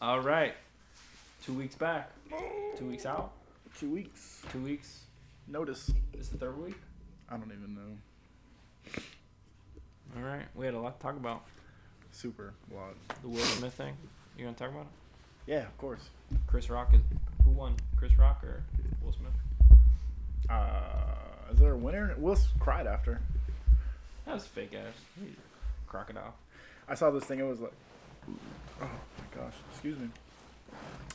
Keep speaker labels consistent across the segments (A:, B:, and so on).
A: All right. Two weeks back. Two weeks out.
B: Two weeks.
A: Two weeks.
B: Notice.
A: This is the third week.
B: I don't even know.
A: All right. We had a lot to talk about.
B: Super lot.
A: The Will Smith thing. You gonna talk about it?
B: Yeah, of course.
A: Chris Rock is who won? Chris Rock or Will Smith?
B: Uh, is there a winner? Will s- cried after.
A: That was fake ass. He's a crocodile.
B: I saw this thing. It was like, oh my gosh, excuse me.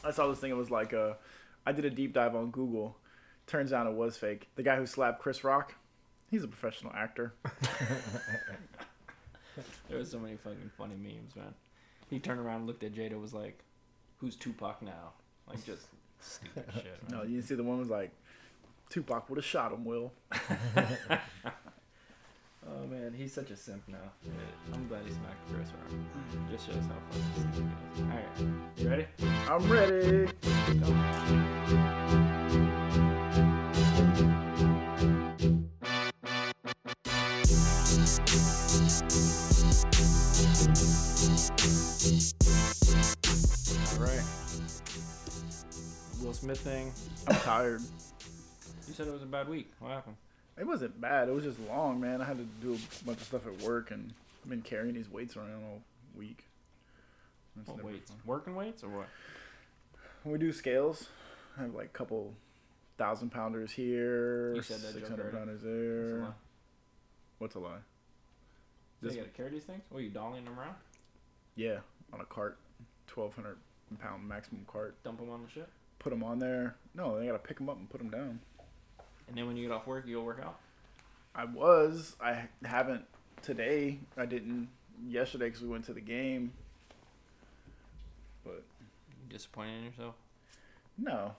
B: I saw this thing. It was like, uh, I did a deep dive on Google. Turns out it was fake. The guy who slapped Chris Rock, he's a professional actor.
A: There was so many fucking funny memes, man. He turned around and looked at Jada. Was like, "Who's Tupac now?" Like just stupid shit. Man.
B: No, you didn't see the one was like, Tupac would have shot him. Will.
A: Oh man, he's such a simp now. I'm glad he smacked Chris Rock. Just shows how fucking simp he is. Alright, you ready?
B: I'm ready.
A: Alright. Will Smith thing.
B: I'm tired.
A: You said it was a bad week. What happened?
B: It wasn't bad. It was just long, man. I had to do a bunch of stuff at work, and I've been carrying these weights around all week. That's
A: What
B: never
A: weights?
B: fun.
A: Working weights or what?
B: When we do scales, I have like a couple thousand pounders here,
A: You said that joke
B: six hundred
A: already.
B: pounders
A: That's a
B: there.
A: lie.
B: What's a lie?
A: So
B: This-
A: you gotta carry these things? What are you dollying them around?
B: Yeah, on a cart, twelve hundred pound maximum cart.
A: Dump them on the ship?
B: Put them on there. No, they gotta pick them up and put them down.
A: And then when you get off work, you'll work out?
B: I was. I haven't today. I didn't yesterday because we went to the game. But
A: You disappointed in yourself?
B: No.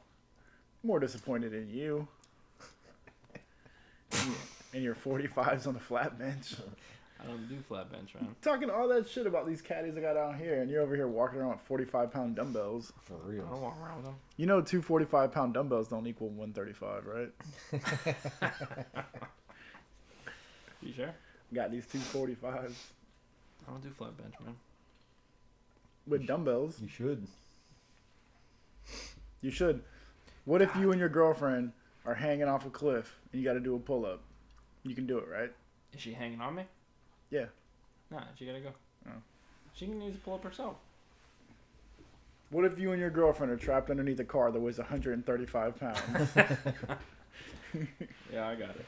B: More disappointed in you. and your 45s on the flat bench.
A: I don't do flat bench, man.
B: Talking all that shit about these caddies I got out here, and you're over here walking around with 45 pound dumbbells.
C: For
A: I don't
C: real.
A: walk around with them.
B: You know, two 45 pound dumbbells don't equal 135, right?
A: You sure?
B: Got these two 45s
A: I don't do flat bench, man.
B: with dumbbells.
C: You should.
B: You should. What if you and your girlfriend are hanging off a cliff and you got to do a pull up? You can do it, right?
A: Is she hanging on me?
B: Yeah.
A: Nah, she gotta go.
B: Oh.
A: She needs to pull up herself.
B: What if you and your girlfriend are trapped underneath a car that weighs 135 pounds?
A: Yeah, I got it.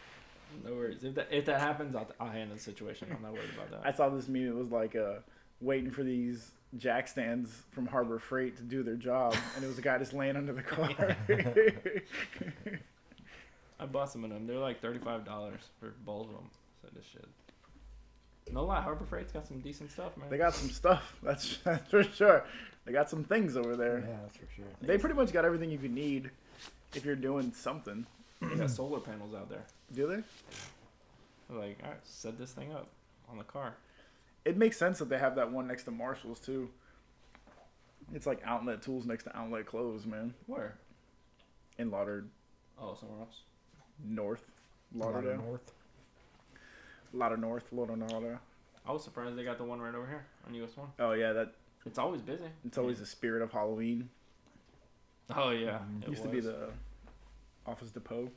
A: No worries. If that if that happens, I'll, I'll handle the situation. I'm not worried about
B: I
A: that.
B: saw this meme. It was like uh, waiting for these jack stands from Harbor Freight to do their job, and it was a guy just laying under the car.
A: I bought some of them. They're like thirty five dollars for both of them. So this shit. No lie, Harbor Freight's got some decent stuff, man.
B: they got some stuff. That's, that's for sure. They got some things over
C: Yeah,
B: there.
C: that's for sure.
B: They pretty much got everything you could need if you're doing something.
A: they got solar panels out there.
B: Do they?
A: They're like, all right, set this thing up on the car.
B: It makes sense that they have that one next to Marshalls too. It's like Outlet Tools next to Outlet Clothes, man.
A: Where?
B: In Lauderdale,
A: Oh, somewhere else.
B: North,
C: Lauderdale
B: Lauderdale,
C: North.
B: Lauder North, Lauderdale.
A: I was surprised they got the one right over here on US one.
B: Oh yeah, that
A: It's always busy.
B: it's always the spirit of Halloween.
A: Oh yeah, it
B: used to be
A: was.
B: the Office Depot.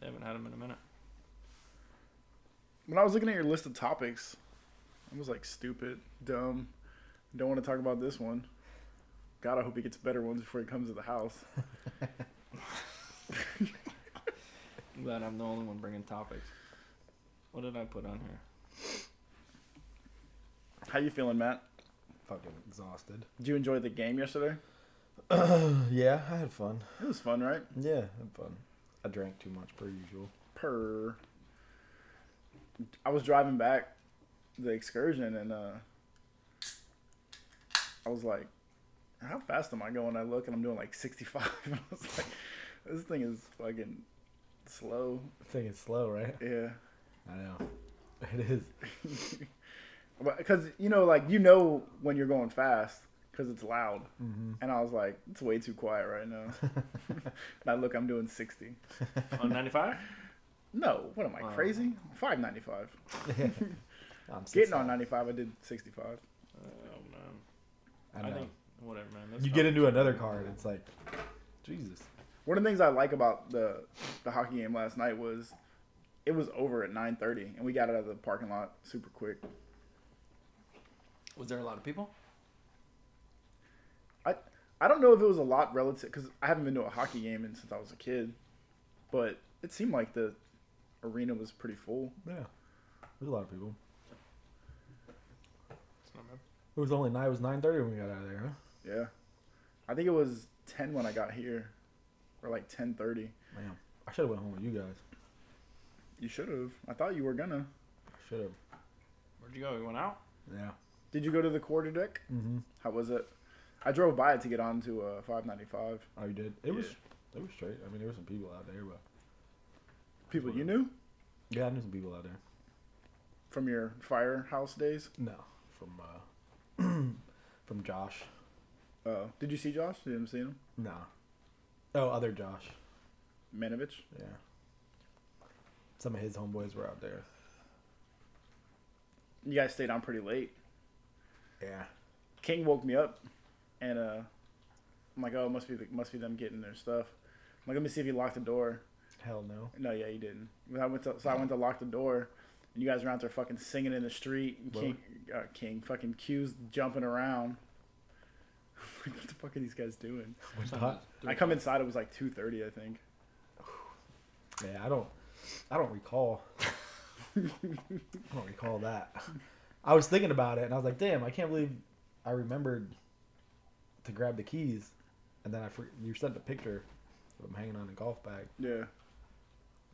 A: They haven't had them in a minute.
B: When I was looking at your list of topics, I was like, stupid, dumb, don't want to talk about this one. God, I hope he gets better ones before he comes to the house.
A: I'm glad I'm the only one bringing topics. What did I put on here?
B: How you feeling, Matt?
C: Fucking exhausted.
B: Did you enjoy the game yesterday?
C: yeah, I had fun.
B: It was fun, right?
C: Yeah, I had fun. I drank too much per usual.
B: Per. I was driving back the excursion and uh, I was like, how fast am I going? I look and I'm doing like 65. And I was like, this thing is fucking slow.
C: I think it's slow, right?
B: Yeah.
C: I know. It is.
B: because you know, like you know when you're going fast because it's loud.
C: Mm-hmm.
B: And I was like, it's way too quiet right now. now look, I'm doing 60.
A: On 95?
B: No, what am I
A: Wow.
B: crazy? 595.
C: I'm
B: Getting on 95, I did 65.
A: Oh man.
C: I know.
A: think whatever, man. That's
C: you get into another car and it's like, Jesus.
B: One of the things I like about the the hockey game last night was it was over at 9:30 and we got out of the parking lot super quick.
A: Was there a lot of people?
B: I I don't know if it was a lot relative because I haven't been to a hockey game in, since I was a kid, but it seemed like the arena was pretty full.
C: Yeah, there's a lot of people.
A: It's not bad.
C: It was only nine. It was nine thirty when we got out of there, huh?
B: Yeah, I think it was 10 when I got here, or like 10:30.
C: Man, I should have went home with you guys.
B: You should have. I thought you were gonna.
C: I should have.
A: Where'd you go? You went out?
C: Yeah.
B: Did you go to the quarter deck?
C: Mm-hmm.
B: How was it? I drove by it to get onto uh, 595.
C: Oh, you did. It was.
B: Yeah.
C: It was straight. I mean, there were some people out there, but
B: People you knew
C: yeah, I knew some people out there.
B: from your firehouse days.
C: No, from uh, from Josh.
B: Uh, did you see Josh? You didn't see him?
C: No. Oh, other Josh.
B: Manovich?
C: Yeah. Some of his homeboys were out there.
B: You guys stayed on pretty late.
C: Yeah.
B: King woke me up, and uh, I'm like, oh, it must be the, must be them getting their stuff. I'm like, let me see if he locked the door.
C: Hell no.
B: No, yeah, he didn't. When I went to, so I went to lock the door, and you guys were out there fucking singing in the street. And
C: Whoa.
B: King, uh, King, fucking Q's jumping around. like, what the fuck are these guys doing?
C: We're
A: Sometimes
C: not-
A: three
B: I come
A: times.
B: inside. It was like two thirty, I think.
C: Yeah, I don't. I don't recall. I don't recall that. I was thinking about it, and I was like, "Damn, I can't believe I remembered to grab the keys." And then I for, you sent a picture of them hanging on a golf bag.
B: Yeah.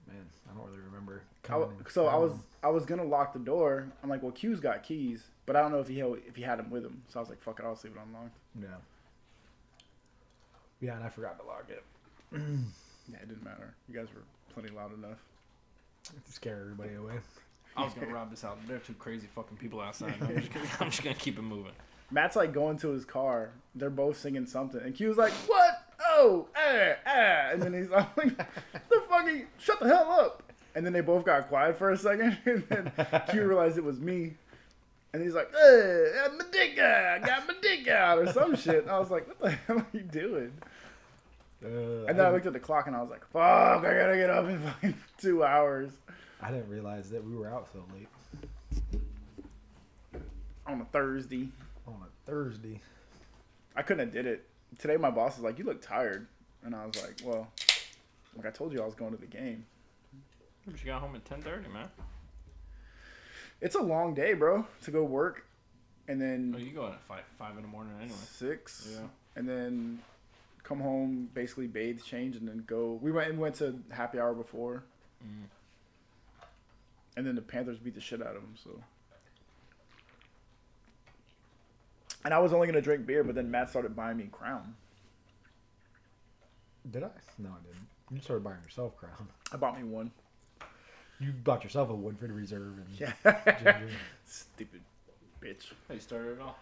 C: Man, I don't really remember.
B: I w
C: coming and
B: so I was
C: grabbing
B: I was gonna lock the door. I'm like, well, Q's got keys, but I don't know if he had, if he had them with him. So I was like, fuck it, I'll just leave it unlocked.
C: them. Yeah. Yeah, and I forgot to lock it.
B: Yeah, it didn't matter. You guys were plenty loud enough.
C: To scare everybody away.
A: I was gonna rob this out. There are two crazy fucking people outside. I'm just gonna, I'm just gonna keep it moving.
B: Matt's like going to his car. They're both singing something, and Q's like, "What? Oh, eh, eh," and then he's like, "The fucking shut the hell up!" And then they both got quiet for a second, and then Q realized it was me, and he's like, "Eh, I'm a dick out. I got my dick out," or some shit. And I was like, "What the hell are you doing?"
C: Uh,
B: And then I looked at the clock, and I was like, "Fuck, I gotta get up in fucking two hours
C: I didn't realize that we were out so late
B: on a Thursday."
C: on a Thursday.
B: I couldn't have did it. Today my boss is like, "You look tired," and I was like, "Well, like I told you, I was going to the game."
A: She got home at 10:30, man.
B: It's a long day, bro, to go work, and
A: Oh,
B: then
A: you go out at five five in the morning anyway.
B: six,
A: Yeah.
B: and then come home, basically bathe, change, and then go. We went and went to happy hour before,
A: Mm.
B: and then the Panthers beat the shit out of them. So, and I was only gonna drink beer, but then Matt started buying me Crown.
C: Did I? No, I didn't. You started buying yourself Crown.
B: I bought me one.
C: You bought yourself a Woodford Reserve and
B: Yeah,
C: ginger.
B: stupid bitch.
A: Hey, you started it all.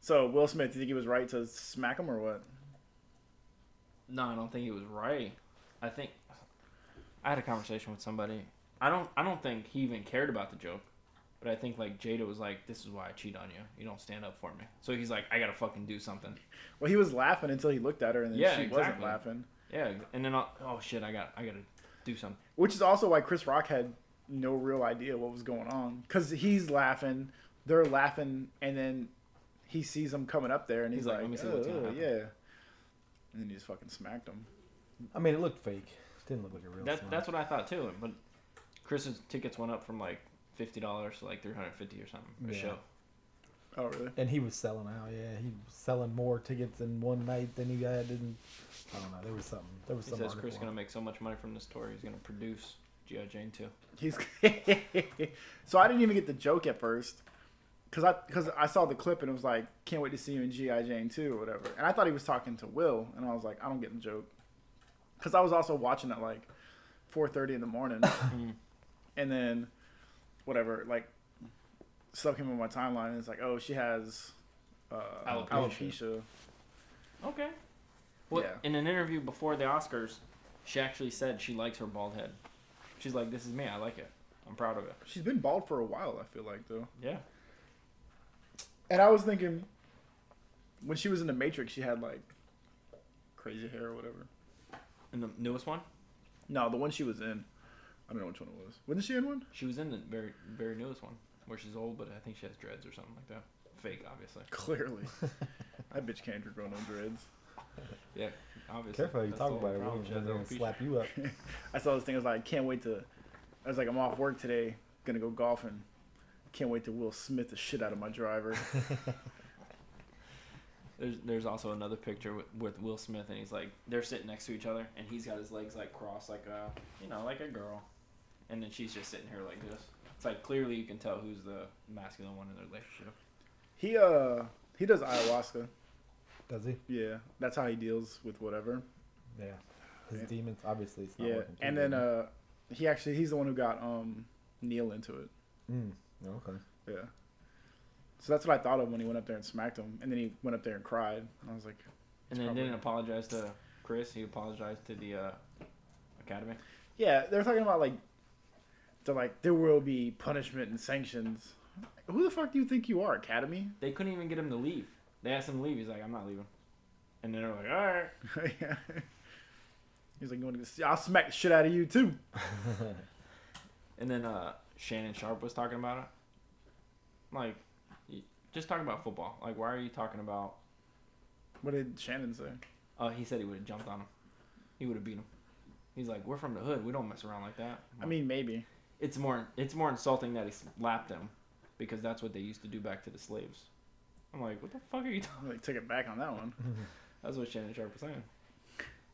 B: So Will Smith, do you think he was right to smack him or what?
A: No, I don't think he was right. I think I had a conversation with somebody. I don't. I don't think he even cared about the joke. But I think like Jada was like, "This is why I cheat on you. You don't stand up for me." So he's like, "I gotta fucking do something."
B: Well, he was laughing until he looked at her, and then
A: Yeah,
B: she wasn't
A: exactly.
B: laughing.
A: Yeah, and then I'll, oh shit, I got I gotta do something.
B: Which is also why Chris Rock had no real idea what was going on because he's laughing, they're laughing, and then he sees them coming up there, and he's,
A: He's like,
B: like,
A: "Let me see
B: "Oh,
A: what's gonna
B: oh,
A: happen."
B: yeah," and then he just fucking smacked him.
C: I mean, it looked fake. It didn't look like a real.
A: That
C: smile.
A: that's what I thought too. But Chris's tickets went up from like fifty dollars to like three hundred fifty or something for a
C: Yeah.
A: show.
B: Oh really?
C: And he was selling out. Yeah, he was selling more tickets in one night than he had in. I don't know. There was something. There was
A: He
C: some
A: says Chris
C: article
A: gonna make so much money from this tour, he's gonna produce GI Jane too.
B: He's so I didn't even get the joke at first because I because I saw the clip and it was like, "Can't wait to see you in GI Jane 2 or whatever. And I thought he was talking to Will, and I was like, "I don't get the joke," because I was also watching at like 4:30 in the morning, and then whatever like stuff came on my timeline and it's like, "Oh, she has." Uh,
A: Alopecia.
B: alopecia.
A: Okay. Well,
B: Yeah.
A: in an interview before the Oscars, she actually said she likes her bald head. She's like, "This is me. I like it. I'm proud of it."
B: She's been bald for a while, I feel like, though.
A: Yeah.
B: And I was thinking, When she was in the Matrix, she had like crazy hair or whatever.
A: In the newest one,
B: No, the one she was in. I don't know which one it was. Wasn't she in one?
A: she was in the very very newest one where she's old, but I think she has dreads or something like that. Fake, obviously.
B: Clearly. that bitch can't grow no dreads.
A: Yeah, obviously.
C: Careful how you
A: That's
C: talk
A: the whole
C: about it. We're
A: problem.
C: gonna-
A: She has
C: we're
A: her
C: gonna
A: own
C: slap you up.
B: I saw this thing. I was like, I can't wait to. I was like, I'm off work today. Gonna go golfing. Can't wait to Will Smith the shit out of my driver.
A: There's there's also another picture with, with Will Smith and he's like they're sitting next to each other and he's got his legs like crossed like a you know like a girl, and then she's just sitting here like this. It's like clearly you can tell who's the masculine one in the relationship.
B: He uh he does ayahuasca.
C: Does he?
B: Yeah, that's how he deals with whatever.
C: Yeah. His
B: Yeah.
C: demons, obviously, it's not
B: Yeah,
C: working.
B: and
C: too
B: then
C: good.
B: uh he actually he's the one who got um Neil into it.
C: Mm,
B: uh,
C: okay.
B: Yeah. So that's what I thought of when he went up there and smacked him, and then he went up there and cried. And I was like,
A: And then
B: probably-
A: didn't apologize to Chris. He apologized to the uh, academy.
B: Yeah, they're talking about like they're like there will be punishment and sanctions. Who the fuck do you think you are, Academy?
A: They couldn't even get him to leave. They asked him to leave. He's like, I'm not leaving. And then they're like, all right.
B: yeah. He's like, you want to? I'll smack the shit out of you too.
A: And then uh, Shannon Sharp was talking about it. Like, y- just talking about football. Like, why are you talking about?
B: What did Shannon say?
A: Oh, he said he would have jumped on him. He would have beat him. He's like, we're from the hood. We don't mess around like that.
B: I mean, maybe.
A: it's more it's more insulting that he slapped him because that's what they used to do back to the slaves. I'm like, what the fuck are you talking?
B: I like took it back on that one.
A: That's what Shannon Sharp was saying.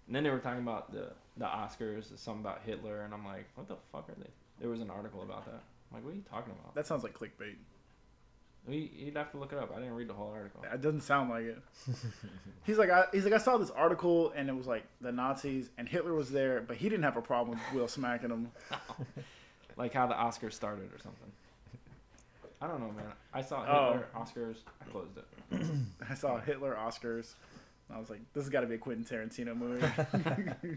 A: And then they were talking about the the Oscars, something about Hitler, and I'm like, what the fuck are they? There was an article about that. I'm like, what are you talking about?
B: That sounds like clickbait.
A: You- You'd have to look it up. I didn't read the whole article.
B: It doesn't sound like it. He's like, I, he's like, I saw this article and it was like the Nazis and Hitler was there, but he didn't have a problem with Will smacking him.
A: Like how the Oscars started or something. I don't know, man. I saw
B: Oh.
A: Hitler, Oscars. I closed it.
B: I saw Hitler Oscars. And I was like, this has got to be a Quentin Tarantino movie.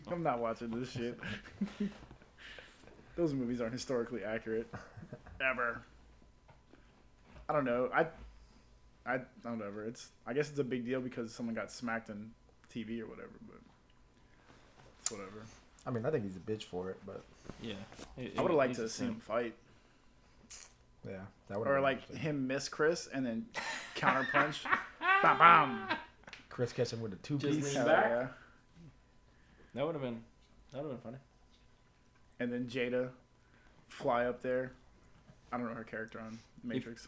B: I'm not watching this shit. Those movies aren't historically accurate, ever. I don't know. I, I don't know. ever. It's I guess it's a big deal because someone got smacked on TV or whatever, but it's whatever.
C: I mean, I think he's a bitch for it, but
A: Yeah. It-
B: I would
A: it
B: have liked
A: needs
B: to have seen him fight,
C: yeah, that would.
B: or like him miss Chris and then counterpunch, bam, bam.
C: Chris catch him with a two
A: Just
C: piece.
A: lean
B: Hell
A: back.
B: yeah.
A: That would have been. That would have been funny.
B: and then Jada fly up there. I don't know her character on Matrix.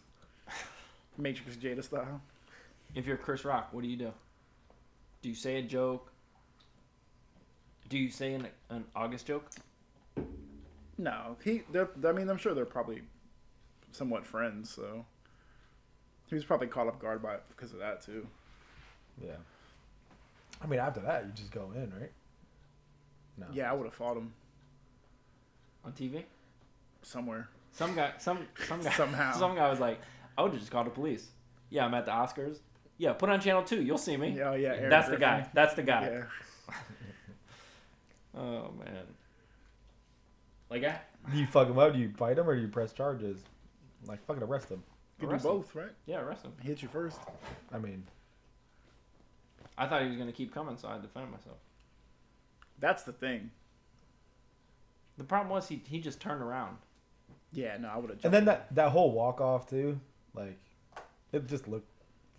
B: Matrix Jada style.
A: If you're Chris Rock, what do you do? Do you say a joke? Do you say an, an August joke?
B: No, he. They're, I mean, I'm sure they're probably somewhat friends. So he was probably caught off guard by it because of that too.
C: Yeah. I mean, after that, you just go in, right? No.
B: Yeah, I would have fought him
A: on TV.
B: somewhere.
A: Some guy, some some guy,
B: Somehow.
A: some guy was like, "I would have just called the police." Yeah, I'm at the Oscars. Yeah, put on channel two. You'll see me.
B: Yeah, oh, yeah. Eric
A: that's the
B: Griffin.
A: guy. That's the guy.
B: Yeah,
A: Oh man. Like I
C: Do you fuck him up? Do you fight him, or do you press charges? Like fucking arrest him.
B: you do
A: Arrest him.
B: both, right?
A: yeah, arrest him.
B: He hit you first.
C: I mean,
A: I thought he was gonna keep coming, so I defended myself.
B: That's the thing.
A: The problem was he he just turned around.
B: Yeah, no, I would have.
C: and then that that whole walk off too, like it just looked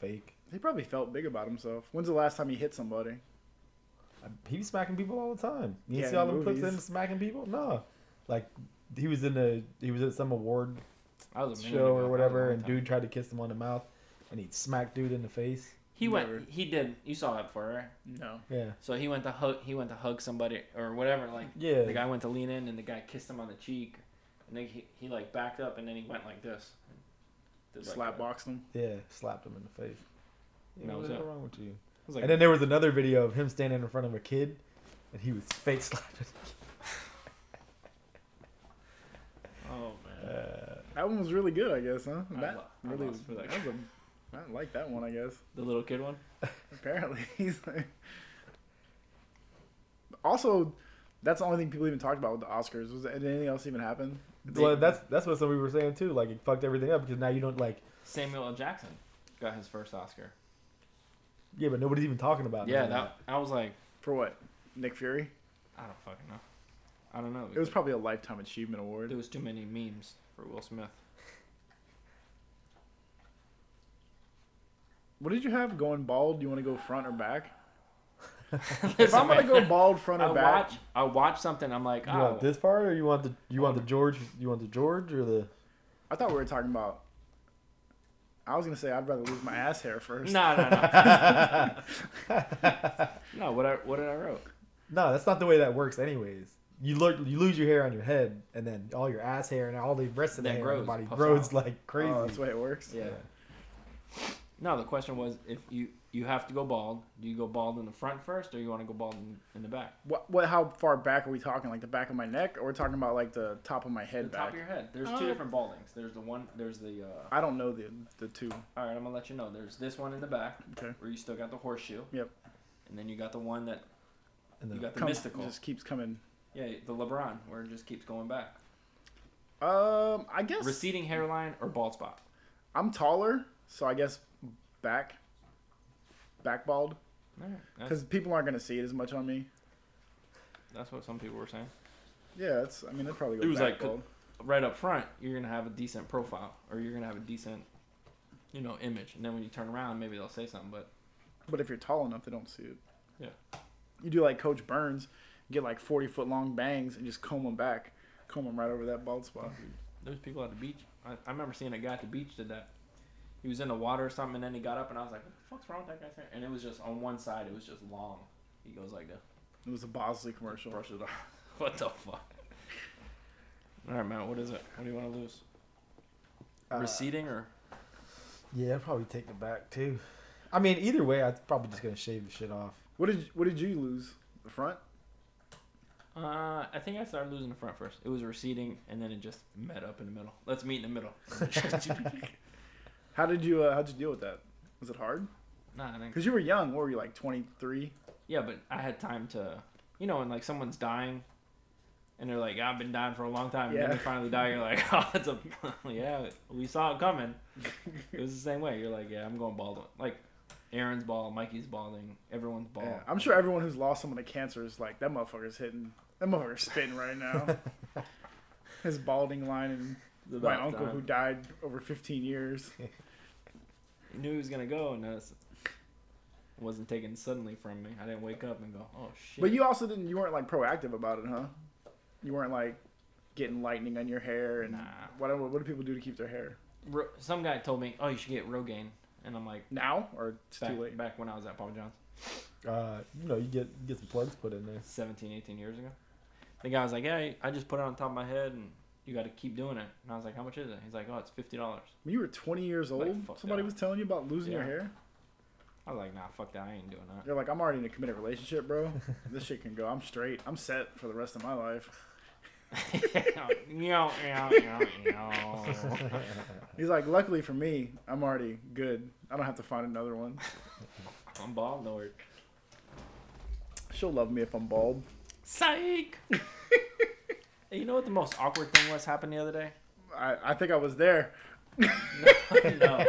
C: fake.
B: he probably felt big about himself. When's the last time he hit somebody?
C: I- He was smacking people all the time. You
B: Yeah,
C: see all
B: in
C: the clips of
B: movies.
C: him smacking people? No, like he was in a he was at some award
A: I was a minute ago.
C: show
A: That was
C: or
A: a
C: whatever,
A: long
C: and
A: time.
C: dude tried to kiss him on the mouth, and he smacked dude in the face.
A: he
B: Never.
A: went. He did. You saw that before, right?
B: No.
C: Yeah.
A: So he went to hug. He went to hug somebody or whatever. Like
C: Yeah.
A: the guy went to lean in, and the guy kissed him on the cheek, and then he, he like backed up, and then he went like this. Did, like,
B: Slap
A: a-
B: boxed him.
C: Yeah, slapped him in the face.
A: And that was
C: what's
A: it.
C: wrong with you?
A: I was like,
C: and then there was another video of him standing in front of a kid, and he was fake slapping.
A: oh man.
C: Uh,
B: That one was really good, I guess, huh?
A: I
B: That
A: lo- I
B: really
A: lost for that
B: that was a, I like that one, I guess.
A: The little kid one.
B: Apparently, he's like. Also, that's the only thing people even talked about with the Oscars. Was did anything else even happen?
C: well, that's that's what some people were saying too. Like it fucked everything up because now you don't like.
A: Samuel L. Jackson got his first Oscar.
C: Yeah, but nobody's even talking about.
A: yeah,
C: none of
A: that I was like,
B: For what? Nick Fury?
A: I don't fucking know. I don't know.
B: It
A: because
B: was probably a lifetime achievement award.
A: there was too many memes for Will Smith.
B: What did you have going bald? Do you want to go front or back? If
A: Listen,
B: I'm gonna
A: man,
B: go bald front
A: I
B: or back,
A: watch I watch something. I'm like,
C: You
A: oh,
C: want this part, or you want the you want the George? You want the George or the?
B: I thought we were talking about. I was gonna say I'd rather lose my ass hair first.
A: no, no, no, no. What I what did I wrote?
C: No, that's not the way that works. Anyways, you look you lose your hair on your head, and then all your ass hair and all the rest of the
A: That
C: hair on your
A: grows,
C: body
A: puffs
C: grows
A: out.
C: like crazy.
B: Oh, that's the way it works.
A: Yeah. No, the question was if you you have to go bald, do you go bald in the front first, or you want to go bald in, in the back?
B: What, what? How far back are we talking? Like the back of my neck, or we're talking about like the top of my
A: The top
B: head back?
A: of your head. There's
B: Oh.
A: two different baldings. There's the one. There's the. Uh,
B: I don't know the the two.
A: all right, I'm gonna let you know. There's this one in the back
B: Okay.
A: where you still got the horseshoe.
B: Yep.
A: And then you got the one that
C: And
A: you
C: then,
A: got the
B: Come-
A: mystical.
B: just keeps coming.
A: Yeah, the LeBron where it just keeps going back.
B: Um, I guess
A: Receding hairline or bald spot.
B: I'm taller, so I guess back, back bald,
A: All right. That's,
B: because people aren't gonna see it as much on me.
A: that's what some people were saying.
B: Yeah, it's. I mean, they'd probably go
A: It was
B: back
A: like-
B: bald.
A: Right up front, you're gonna have a decent profile, or you're gonna have a decent, you know, image. And then when you turn around, maybe they'll say something. But
B: But if you're tall enough, they don't see it.
A: Yeah.
B: You do like Coach Burns, get like 40 foot long bangs and just comb them back, comb them right over that bald spot.
A: There's people at the beach. I, I remember seeing a guy at the beach did that. He was in the water or something, and then he got up, and I was like, "What the fuck's wrong with that guy's hair?" And it was just on one side. It was just long. He goes like this,
B: It was a Bosley commercial.
A: brush it off. what the fuck? All right, Matt. What is it? What do you want to lose?
C: Uh,
A: Receding or
C: yeah, I'd probably take the back too. I mean, either way, I'm probably just gonna shave the shit off.
B: What did what did you lose? The front?
A: Uh, I think I started losing the front first. It was receding, and then it just met up in the middle. Let's meet in the middle.
B: How did you uh, how'd you deal with that? Was it hard?
A: nah, I think.
B: Cause you were young. What were you like 23?
A: Yeah, but I had time to, you know, when like someone's dying, and they're like, "I've been dying for a long time," and
B: Yeah.
A: then they finally die. You're like, "Oh, that's a yeah, we saw it coming." It was the same way. You're like, "Yeah, I'm going bald." Like, Aaron's bald, Mikey's balding, everyone's bald.
B: Yeah. I'm sure everyone who's lost someone to cancer is like that motherfucker's hitting. That motherfucker's spitting right now. His balding line and
A: It's about
B: my uncle
A: time.
B: who died over 15 years.
A: He knew he was gonna go, and that's wasn't taken suddenly from me. I didn't wake up and go, "Oh shit."
B: But you also didn't. You weren't like proactive about it, huh? You weren't like getting lightning on your hair and
A: Nah.
B: whatever. What do people do to keep their hair
A: Ro- some guy told me, "Oh, you should get Rogaine," and I'm like,
B: now or it's
A: back,
B: too late?
A: back when I was at Papa John's,
C: Uh, you know, you get you get some plugs put in there.
A: 17, 18 years ago. The guy was like, "Yeah, I just put it on top of my head, and you got to keep doing it." And I was like, "How much is it?" He's like, "Oh, it's fifty dollars."
B: When you were 20 years old,
A: Like, fuck
B: somebody
A: that.
B: was telling you about losing your
A: Yeah.
B: hair.
A: I was like, "Nah, fuck that. I ain't doing that."
B: You're like, I'm already in a committed relationship, bro. this shit can go. I'm straight. I'm set for the rest of my life.
A: Meow, meow, meow, meow.
B: He's like, luckily for me, I'm already good. I don't have to find another one.
A: I'm bald, Lord.
B: She'll love me if I'm bald.
A: Psych. Hey, you know what the most awkward thing was happened the other day?
B: I, I think I was there.
A: No, no.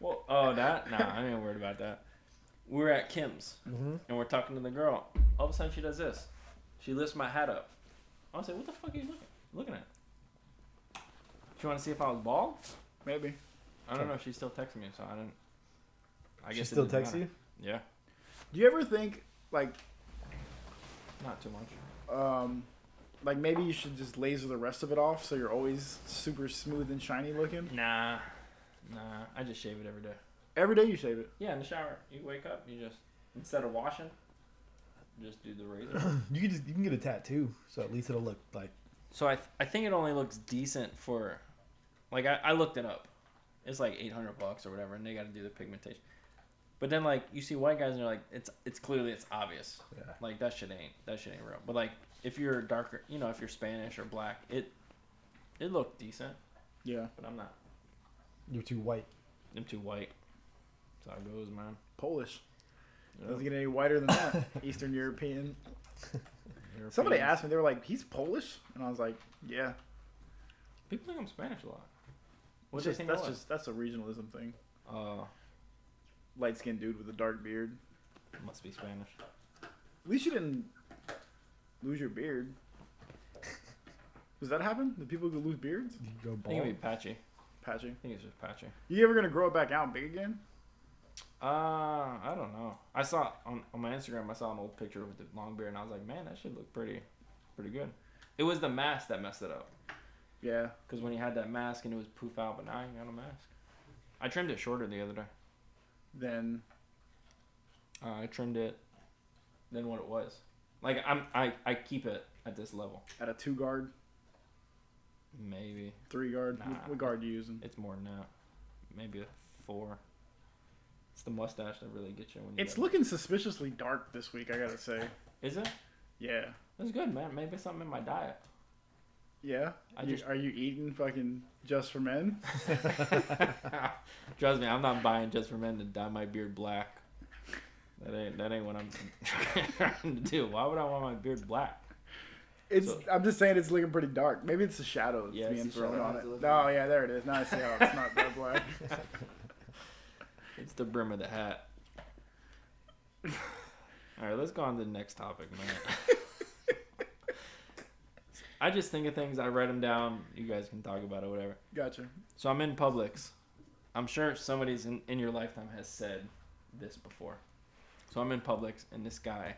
A: Well, oh, that? Nah, I ain't worried about that. We were at Kim's,
C: Mhm.
A: and we're talking to the girl. All of a sudden, she does this. She lifts my hat up. I was like, what the fuck are you looking, looking at? She want to see if I was bald?
B: Maybe.
A: I don't know. She still texted me, so I didn't. I
C: she
A: guess it
C: still
A: didn't
C: texts
A: matter.
C: you.
A: Yeah,
B: Do you ever think, like,
A: not too much.
B: um, like maybe you should just laser the rest of it off so you're always super smooth and shiny looking.
A: Nah, nah. I just shave it every day.
B: Every day you shave it.
A: Yeah, in the shower, you wake up, you just instead of washing, just do the razor.
C: You can just you can get a tattoo, so at least it'll look like
A: so I, th- I think it only looks decent for, like I, I looked it up, it's like eight hundred bucks or whatever, and they got to do the pigmentation. But then like you see white guys and you're like it's it's clearly it's obvious.
C: Yeah.
A: Like that shit ain't that shit ain't real. But like if you're darker, you know if you're Spanish or black, it it looked decent.
B: Yeah.
A: But I'm not.
C: you're too white.
A: I'm too white. That's how it goes, man.
B: Polish. Doesn't
A: Yeah.
B: get any whiter than that. Eastern European. Somebody
A: Europeans.
B: asked me, they were like, he's Polish? And I was like, yeah.
A: People think I'm Spanish a lot. What
B: It's
A: do they
B: just-
A: think?
B: that's
A: I was?
B: just that's a regionalism thing.
A: Uh,
B: light skinned dude with a dark beard.
A: Must be Spanish.
B: At least you didn't lose your beard. Does that happen? Do people who lose beards?
C: You go
A: I think it'd
C: bald.
A: be patchy. I
B: Patchy.
A: think it's just patchy.
B: You ever gonna grow it back out big again?
A: Uh, I don't know. I saw on, on my Instagram. I saw an old picture with the long beard, and I was like, man, that should look pretty, pretty good. It was the mask that messed it up.
B: Yeah.
A: Cause when he had that mask and it was poof out, but now he ain't got a mask. I trimmed it shorter the other day.
B: Then
A: Uh, I trimmed it than what it was. Like I'm, I, I keep it at this level.
B: at a two guard,
A: Maybe
B: three guard,
A: Nah.
B: what guard you using?
A: it's more than that. Maybe a four. It's the mustache that really gets you when you.
B: It's
A: got-
B: looking suspiciously dark this week. I gotta say.
A: Is it?
B: Yeah.
A: That's good, man. Maybe it's something in my diet.
B: Yeah.
A: I
B: You-
A: just-
B: are you eating fucking just for men?
A: Trust me, I'm not buying just for men to dye my beard black. That ain't that ain't what I'm trying to do. Why would I want my beard black?
B: It's.
A: So-
B: I'm just saying it's looking pretty dark. Maybe it's the shadow that's
A: Yeah, it's
B: being
A: the
B: thrown
A: shadow.
B: on
A: I'll have
B: it.
A: to look
B: Oh yeah, there it is. Now I see how it's not that black.
A: It's the brim of the hat. All right, let's go on to the next topic, man. I just think of things. I write them down. You guys can talk about it, whatever.
B: Gotcha.
A: So I'm in Publix. I'm sure somebody's in, in your lifetime has said this before. So I'm in Publix, and this guy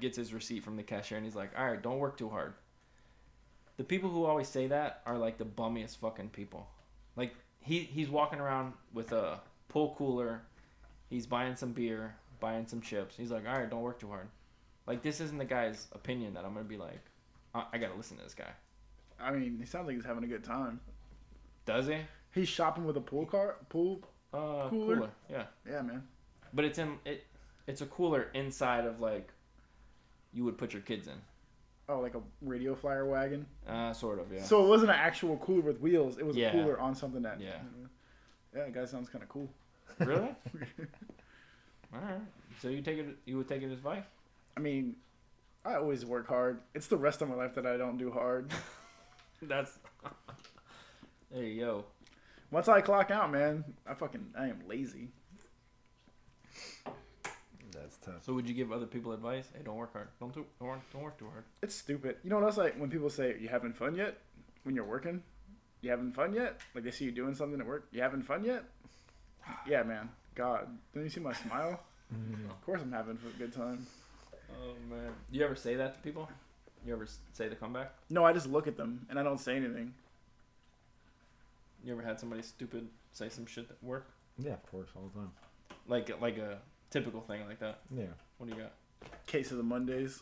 A: gets his receipt from the cashier, and he's like, "All right, don't work too hard." The people who always say that are like the bummiest fucking people. Like he he's walking around with a pool cooler. He's buying some beer, buying some chips. He's like, "All right, don't work too hard." Like this isn't the guy's opinion that I'm gonna be like, I, I gotta listen to this guy.
B: I mean, he sounds like he's having a good time.
A: Does he?
B: He's shopping with a pool car. Pool.
A: Uh,
B: Cooler?
A: cooler. Yeah.
B: Yeah, man.
A: but it's in it it's a cooler inside of like you would put your kids in
B: Oh, like a radio flyer wagon.
A: uh sort of yeah
B: So it wasn't an actual cooler with wheels. It was
A: Yeah.
B: a cooler on something that.
A: Yeah.
B: Yeah, that guy sounds kind of cool.
A: really all right so you take it you would take it as advice
B: I mean, I always work hard. It's the rest of my life that I don't do hard.
A: that's hey yo
B: Once I clock out, man, I fucking I am lazy.
C: That's tough.
A: so would you give other people advice hey don't work hard don't do, don't work, don't work too hard
B: It's stupid. You know what else? Like when people say, "You having fun yet?" When you're working, you having fun yet? Like they see you doing something at work. You having fun yet? Yeah, man. God, don't you see my smile? Of course I'm having a good time.
A: oh man you ever say that to people you ever s- say the comeback
B: No, I just look at them and I don't say anything.
A: you ever had somebody stupid say some shit at work
C: Yeah, of course, all the time.
A: like like a typical thing like that
C: Yeah.
A: what do you got
B: Case of the Mondays.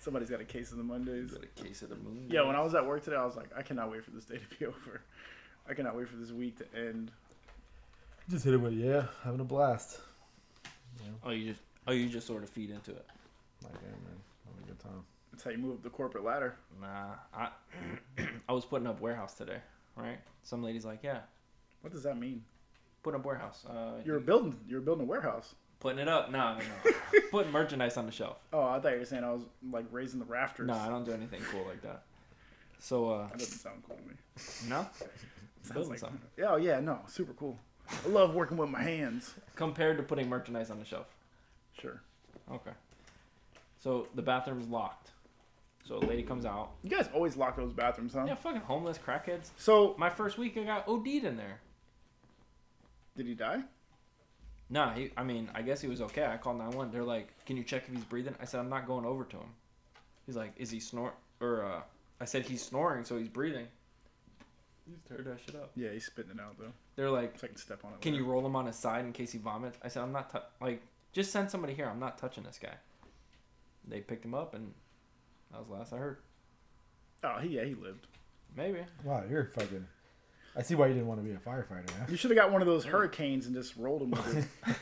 B: Somebody's got a case of the
A: is
B: Mondays.
A: that a case of the moon
B: Yeah, when I was at work today, I was like, I cannot wait for this day to be over. I cannot wait for this week to end.
C: Just hit it with yeah, having a blast.
A: oh you just oh you just sort of feed into it
C: Like yeah, man, having a good time.
B: That's how you move up the corporate ladder.
A: Nah, I I was putting up warehouse today, right? Some lady's like, yeah,
B: What does that mean?
A: putting up warehouse. Uh,
B: You're building. You're building a warehouse.
A: putting it up? No, no, no. putting merchandise on the shelf.
B: Oh, I thought you were saying I was like raising the rafters.
A: No, I don't do anything cool like that. So, uh,
B: That doesn't sound cool to me.
A: no,
B: Sounds
A: building
B: like,
A: something
B: yeah, oh yeah, no, super cool. I love working with my hands.
A: compared to putting merchandise on the shelf.
B: Sure.
A: Okay. So the bathroom's locked. So a lady comes out.
B: You guys always lock those bathrooms, huh?
A: Yeah, fucking homeless crackheads.
B: So
A: My first week, I got OD'd in there.
B: did he die?
A: No, he. I mean, I guess he was okay. I called 911. They're like, "Can you check if he's breathing?" I said, "I'm not going over to him." He's like, "Is he snort?" Or uh, I said, "He's snoring, so he's breathing." He's turned that shit up.
B: Yeah, he's spitting it out though.
A: They're like,
B: So I can step on it.
A: "Can
B: later.
A: you roll him on his side in case he vomits?" I said, "I'm not tou- like just send somebody here. I'm not touching this guy." They picked him up, and that was the last I heard.
B: Oh, he yeah, he lived.
A: Maybe
C: Wow, you're fucking. I see why you didn't want to be a firefighter. Huh?
B: You should have got one of those hurricanes and just rolled him with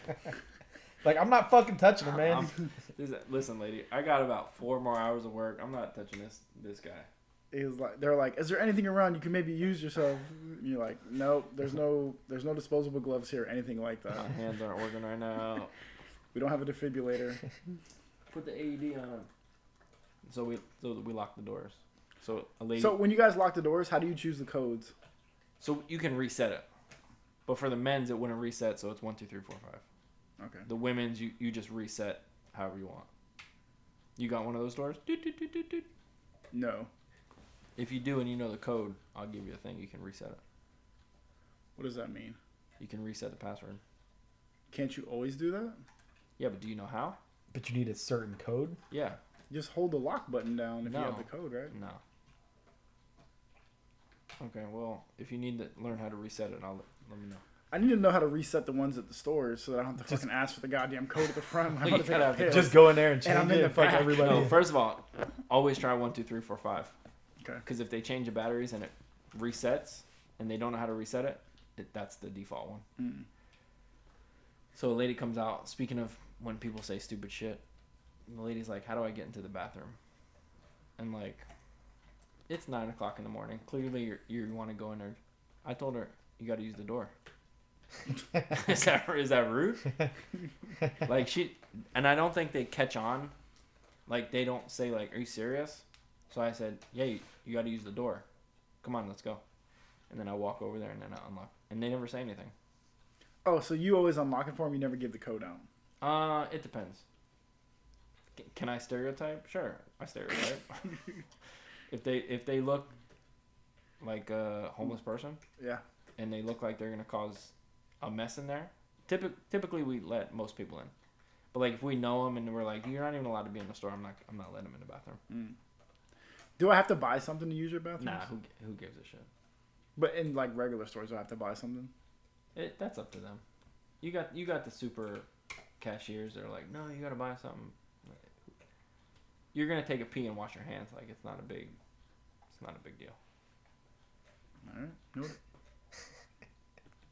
B: it.
C: Like I'm not fucking touching him, man.
A: I'm- this- Um, listen, lady, I got about four more hours of work. I'm not touching this this guy.
B: He was like, they're like, is there anything around you can maybe use yourself? And you're like, nope, there's no, there's no disposable gloves here, anything like
A: My
B: that.
A: hands aren't working right now.
B: We don't have a defibrillator.
A: Put the AED on him. So we so we lock the doors. So a lady.
B: So
A: So,
B: when you guys lock the doors, how do you choose the codes?
A: you can reset it. But for the men's, it wouldn't reset, so it's one, two, three, four, five.
B: Okay.
A: The women's, you, you just reset however you want. You got one of those doors? Doot, doot, doot, doot, doot.
B: No.
A: If you do and you know the code, I'll give you a thing. You can reset it.
B: What does that mean?
A: You can reset the password.
B: Can't you always do that?
A: Yeah, but do you know how?
C: But you need a certain code.
A: Yeah.
B: Just hold the lock button down if you
A: No.
B: have the code, right?
A: No. Okay, well, if you need to learn how to reset it, I'll let me know.
B: I need to know how to reset the ones at the stores so that I don't have to
C: Just-
B: fucking ask for the goddamn code at the front. When I'm
A: You
B: about to
A: gotta
B: take a
A: have to
B: piss.
C: Just go in there and change
B: And I'm in
C: it
B: the
C: and fuck
B: back.
C: everybody.
A: No, first of all, always try one, two, three, four, five.
B: Okay.
A: Because if they change the batteries and it resets, and they don't know how to reset it, it that's the default one.
B: Mm.
A: So a lady comes out. Speaking of when people say stupid shit, and the lady's like, "How do I get into the bathroom?" And like, it's nine o'clock in the morning. Clearly, you're, you want to go in there. I told her you got to use the door. is that is that rude? like she, and I don't think they catch on. Like they don't say like, "Are you serious?" So I said, "Yeah, you, you got to use the door. Come on, let's go." And then I walk over there and then I unlock, and they never say anything.
B: Oh, so you always unlock it for them? You never give the code out.
A: Uh, it depends. C- Can I stereotype? Sure, I stereotype. if they if they look like a homeless person,
B: Yeah.
A: and they look like they're gonna cause a mess in there, typic- typically we let most people in. But like if we know them and we're like, you're not even allowed to be in the store, I'm not I'm not letting them in the bathroom.
B: Do I have to buy something to use your bathroom?
A: Nah, who gi- who gives a shit?
B: But in like regular stores, do I have to buy something?
A: It, that's up to them. You got you got the super cashiers that are like, no, you gotta buy something. You're gonna take a pee and wash your hands. Like it's not a big, it's not a big deal.
B: All right. Nope.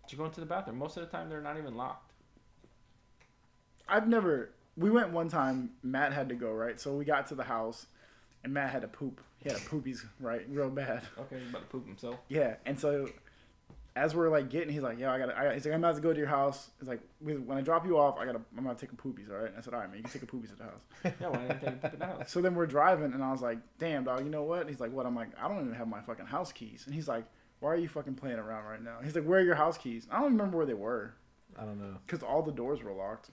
A: But you go into the bathroom. Most of the time, they're not even locked.
B: I've never. We went one time. Matt had to go right, so we got to the house, and Matt had to poop. He had a poopies right, real bad.
A: Okay, he's about to poop himself.
B: Yeah, and so as we're like getting, he's like, "Yo, I gotta." I, he's like, "I'm about to go to your house." He's like, "When when I drop you off, I gotta. I'm gonna take a poopies, all right?" And I said, "All right, man, you can take a poopies at the house."
A: Yeah, why didn't they take a poop in the house?
B: So then we're driving, and I was like, "Damn, dog, you know what?" And he's like, "What?" I'm like, "I don't even have my fucking house keys." And he's like, "Why are you fucking playing around right now?" He's like, "Where are your house keys?" I don't remember where they were
C: I don't know.
B: because all the doors were locked.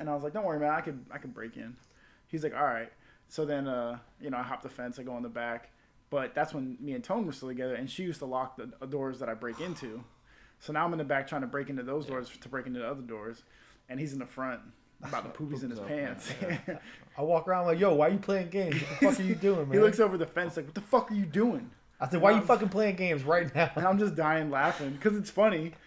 B: And I was like, "Don't worry, man. I could I could break in." He's like, "All right." So then, uh, you know, I hop the fence. I go in the back, but that's when me and Tone were still together, and she used to lock the uh, doors that I break into. So now I'm in the back trying to break into those doors to break into the other doors, and he's in the front about to poopies in his
A: Poop
B: pants.
A: himself, yeah, yeah.
C: I walk around like, yo, why you playing games? What the fuck are you doing, man?
B: He looks over the fence like, "What the fuck are you doing?"
C: I said, why you fucking playing games right
B: And
C: now?
B: I'm just dying laughing because it's funny.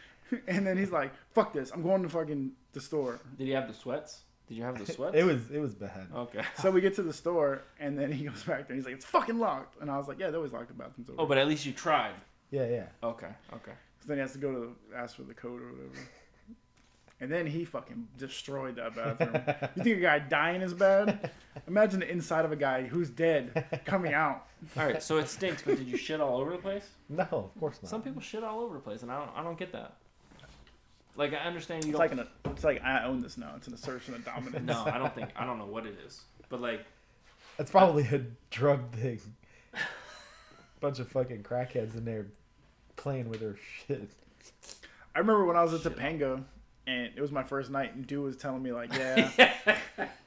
B: And then he's like, "Fuck this! I'm going to fucking the store."
A: Did he have the sweats? Did you have the sweats?
C: It was it was bad.
A: okay.
B: So we get to the store, and then he goes back there. And he's like, "It's fucking locked." And I was like, "Yeah, they always locked the bathrooms over."
A: Oh, but at least you tried.
C: Yeah, yeah.
A: Okay, okay.
B: So then he has to go to the, ask for the code or whatever. And then he fucking destroyed that bathroom. you think a guy dying is bad? Imagine the inside of a guy who's dead coming out.
A: All right, so it stinks, but did you shit all over the place?
C: No, of course not.
A: Some people shit all over the place, and I don't, I don't get that. Like I understand you
B: It's
A: don't
B: like an, it's like I own this now. It's an assertion of dominance.
A: No, I don't think I don't know what it is. But like
C: That's probably a drug thing. Bunch of fucking crackheads in there playing with her shit.
B: I remember when I was at Topanga, and it was my first night, and dude was telling me like, yeah,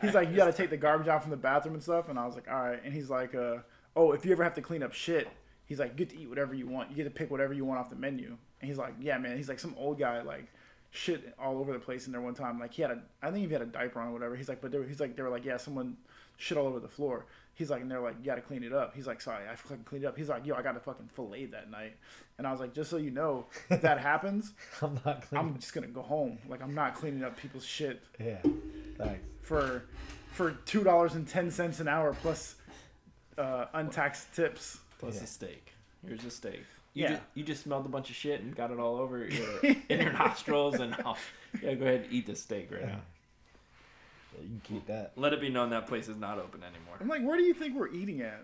B: he's like, you gotta take the garbage out from the bathroom and stuff, and I was like, all right, and he's like, uh, oh, if you ever have to clean up shit, he's like, you get to eat whatever you want, you get to pick whatever you want off the menu, and he's like, yeah, man, he's like some old guy like. Shit all over the place in there one time. Like he had a, I think he had a diaper on or whatever. He's like, but they were, he's like, they were like, yeah, someone shit all over the floor. He's like, and they're like, you gotta clean it up. He's like, sorry, I fucking cleaned it up. He's like, yo, I gotta fucking fillet that night. And I was like, just so you know, if that happens,
C: I'm not cleaning.
B: I'm just gonna go home. Like I'm not cleaning up people's shit
C: Yeah, thanks.
B: for for two dollars and ten cents an hour plus uh, untaxed tips.
A: plus
C: Yeah.
A: a steak. Here's a steak. You
B: Yeah.
A: just, you just smelled a bunch of shit and got it all over your in your nostrils and i yeah, go ahead and eat the steak right now.
C: Yeah, you can keep that.
A: Let it be known that place is not open anymore.
B: I'm like, where do you think we're eating at?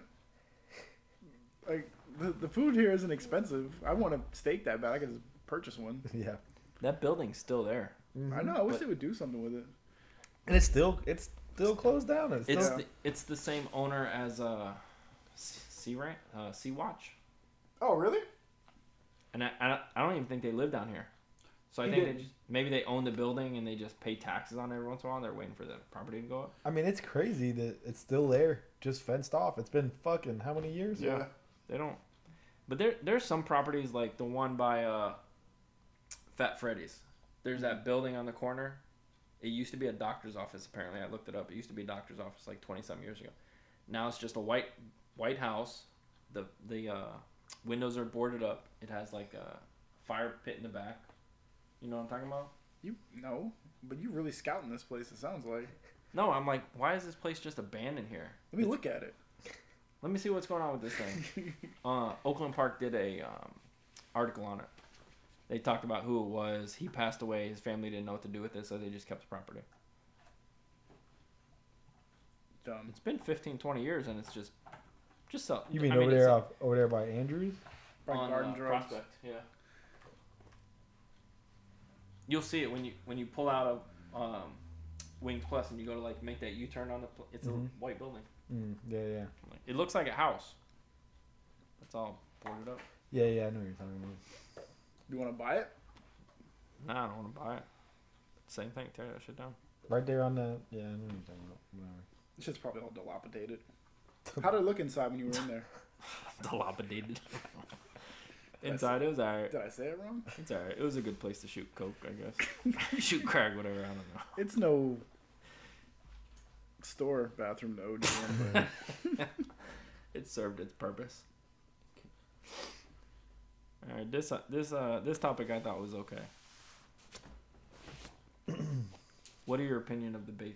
B: Like the, the food here isn't expensive. I want a steak that bad. I could just purchase one.
C: Yeah,
A: That building's still there.
B: I know. I wish
A: Mm-hmm. But-
B: they would do something with it.
C: and it's still it's still closed down. It's still
A: It's
B: Yeah.
A: the, it's the same owner as uh Sea Ranch, uh Sea Watch.
B: Oh really?
A: And I, I don't- I don't even think they live down here. So I
B: He
A: think
B: did.
A: they just maybe they own the building and they just pay taxes on it every once in a while. And they're waiting for the property to go up.
C: I mean, it's crazy that it's still there, just fenced off. It's been fucking how many years?
B: Yeah.
A: They don't. But there there's some properties like the one by uh, Fat Freddy's. There's
B: Mm-hmm.
A: that building on the corner. It used to be a doctor's office. Apparently, I looked it up. It used to be a doctor's office like 20 some years ago. Now it's just a white white house. The the uh, windows are boarded up. It has like a fire pit in the back. You know what I'm talking about?
B: You no, but you really scouting this place. It sounds like.
A: No, I'm like, why is this place just abandoned here?
B: Let me look at it.
A: Let me see what's going on with this thing. uh, Oakland Park did a um, article on it. They talked about who it was. He passed away. His family didn't know what to do with it, so they just kept the property.
B: Dumb.
A: It's been 15, 20 years, and it's just, just so.
C: You mean
A: I
C: over
A: it's
C: there, off, over there by Andrews?
B: By
A: on,
B: garden
A: uh,
B: drugs.
A: Prospect, yeah. You'll see it when you when you pull out of um, Wing Plus and you go to like make that U turn on the. Pl- it's a
C: Mhm.
A: white building.
C: Mm, yeah, yeah,
A: Like, it looks like a house. That's all boarded up.
C: yeah, yeah. I know what you're talking about.
B: You want to buy it?
A: Nah, I don't want to buy it. Same thing. Tear that shit down.
C: Right there on the yeah. I know what you're talking about. Whatever.
B: This shit's probably all dilapidated. How did it look inside when you were in there?
A: Dilapidated. Inside, it was alright.
B: Did I say it wrong?
A: It's alright. It was a good place to shoot coke, I guess. shoot crack, whatever. I don't know.
B: It's no store bathroom to OD in, but
A: It served its purpose. All right, this uh, this uh this topic I thought was okay. what are your opinion of the base?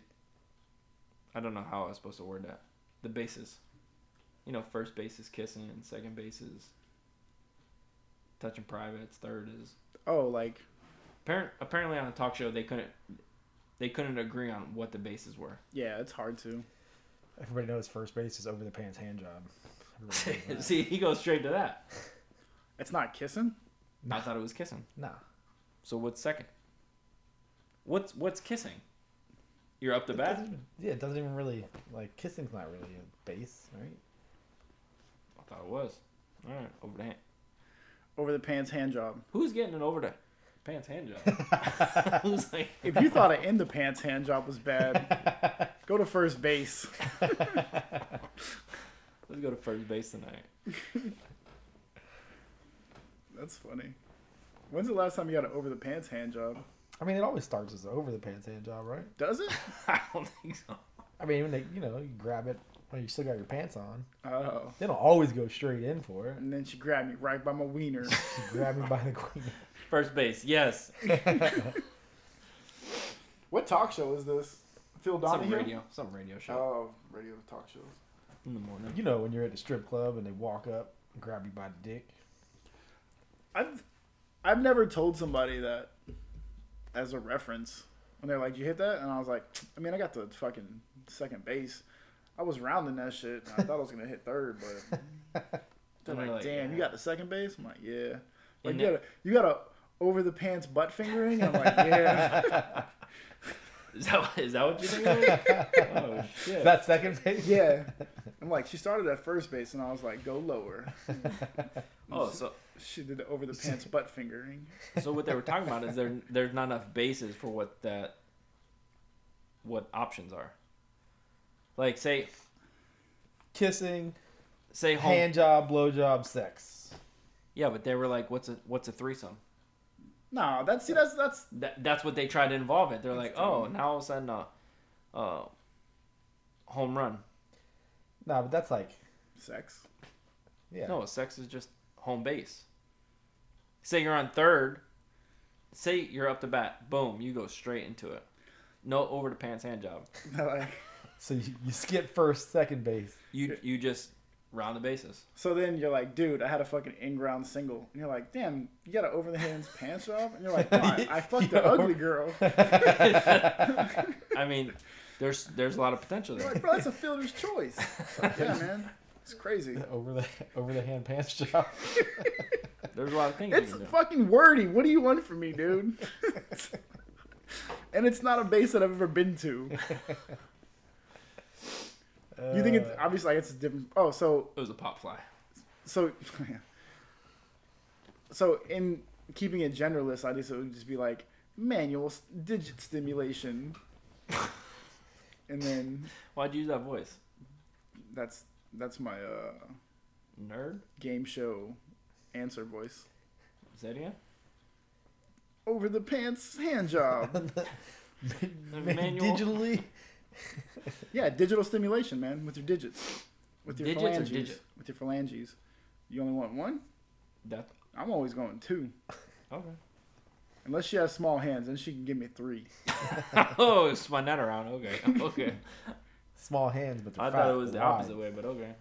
A: I don't know how I was supposed to word that. The bases, you know, first base is kissing, second base is touching privates, third is
B: oh, like
A: Apparent, apparently on a talk show they couldn't they couldn't agree on what the bases were.
B: yeah, it's hard to.
C: Everybody knows first base is over the pants hand job. Everybody knows that.
A: See, he goes straight to that.
B: It's not kissing.
A: I thought it was kissing.
C: Nah.
A: So what's second? What's what's kissing? You're up the bat.
C: Doesn't- yeah, it doesn't even really like kissing's not really a base, right?
A: I thought it was. All right, over the hand.
B: Over the pants hand job.
A: Who's getting an over the pants hand job? Who's like,
B: If you thought an in the pants hand job was bad, go to first base.
A: let's go to first base tonight.
B: That's funny. When's the last time you got an over the pants hand job?
C: I mean, it always starts as an over the pants hand job, right?
B: Does it?
A: I don't think so.
C: I mean, when they, you know, you grab it when you still got your pants on.
B: Oh.
C: They don't always go straight in for it.
B: And then she grabbed me right by my wiener.
C: You grab me by the queen.
A: First base, yes.
B: what talk show is this? Phil
A: Some
B: Donahue?
A: radio, some radio show
B: Oh, radio talk shows.
C: Oh.
A: in the morning.
C: You know, when you're at the strip club and they walk up and grab you by the dick.
B: I've I've never told somebody that as a reference. And they're like, "You hit that?" And I was like, "I mean, I got the fucking second base. I was rounding that shit. And I thought I was gonna hit third, but they're
A: And
B: like,
A: they're like,
B: "Damn,
A: yeah."
B: you got the second base?" I'm like, "Yeah." Like
A: And
B: you got a you got a over the pants butt fingering. I'm like, "Yeah."
A: Is that is that what you think? it was? oh shit!
C: That second base?
B: Yeah. I'm like, she started at first base, and I was like, go lower.
A: oh, so
B: She did the over the pants butt fingering.
A: So what they were talking about is there there's not enough bases for what that what options are. Like say
C: Kissing,
A: say home.
C: hand job, blow job, sex.
A: Yeah, but they were like, what's a what's a threesome?
B: No, that's see, that's that's
A: That, that's what they tried to involve it. They're like,
B: That's
A: oh,
B: dumb.
A: now all of a sudden, uh, uh, home run.
C: Nah, but that's like,
B: sex.
C: yeah.
A: No, sex is just home base. Say you're on third. Say you're up to bat. Boom, you go straight into it. No over the pants hand job.
B: Like,
C: So you, you skip first, second base.
A: You you just round the bases.
B: so then you're like, dude, I had a fucking in ground single, and you're like, damn, you got an over the hands pants job, and you're like, no, I, I fucked
C: Yo.
B: an ugly girl.
A: I mean, there's there's a lot of potential
B: You're
A: there.
B: like, bro, that's a fielder's choice. yeah, man, it's crazy.
C: Over the over the hand pants job.
A: There's a lot of things
B: It's
A: you can do.
B: fucking wordy. What do you want from me, dude? and it's not a base that I've ever been to. You think it's
C: Uh,
B: obviously like it's a different. Oh, so
A: it was a pop fly.
B: so so in keeping it genderless, I just it would just be like manual s- digit stimulation, and then
A: Why'd you use that voice?
B: that's that's my uh,
A: Nerd?
B: game show answer voice.
A: Say it again?
B: Over the pants hand job.
A: manual-
C: Uh, Digitally.
B: yeah, digital stimulation, man, with your digits, with your
A: Digits or
B: phalanges,
A: digit?
B: with your phalanges. You only want one.
A: That
B: I'm always going two,
A: okay.
B: unless she has small hands, then she can give me three.
A: oh, spun that around. Okay, okay.
C: Small hands, but they're
A: I
C: fat
A: thought it was
C: and
A: the
C: wide.
A: opposite way, but okay.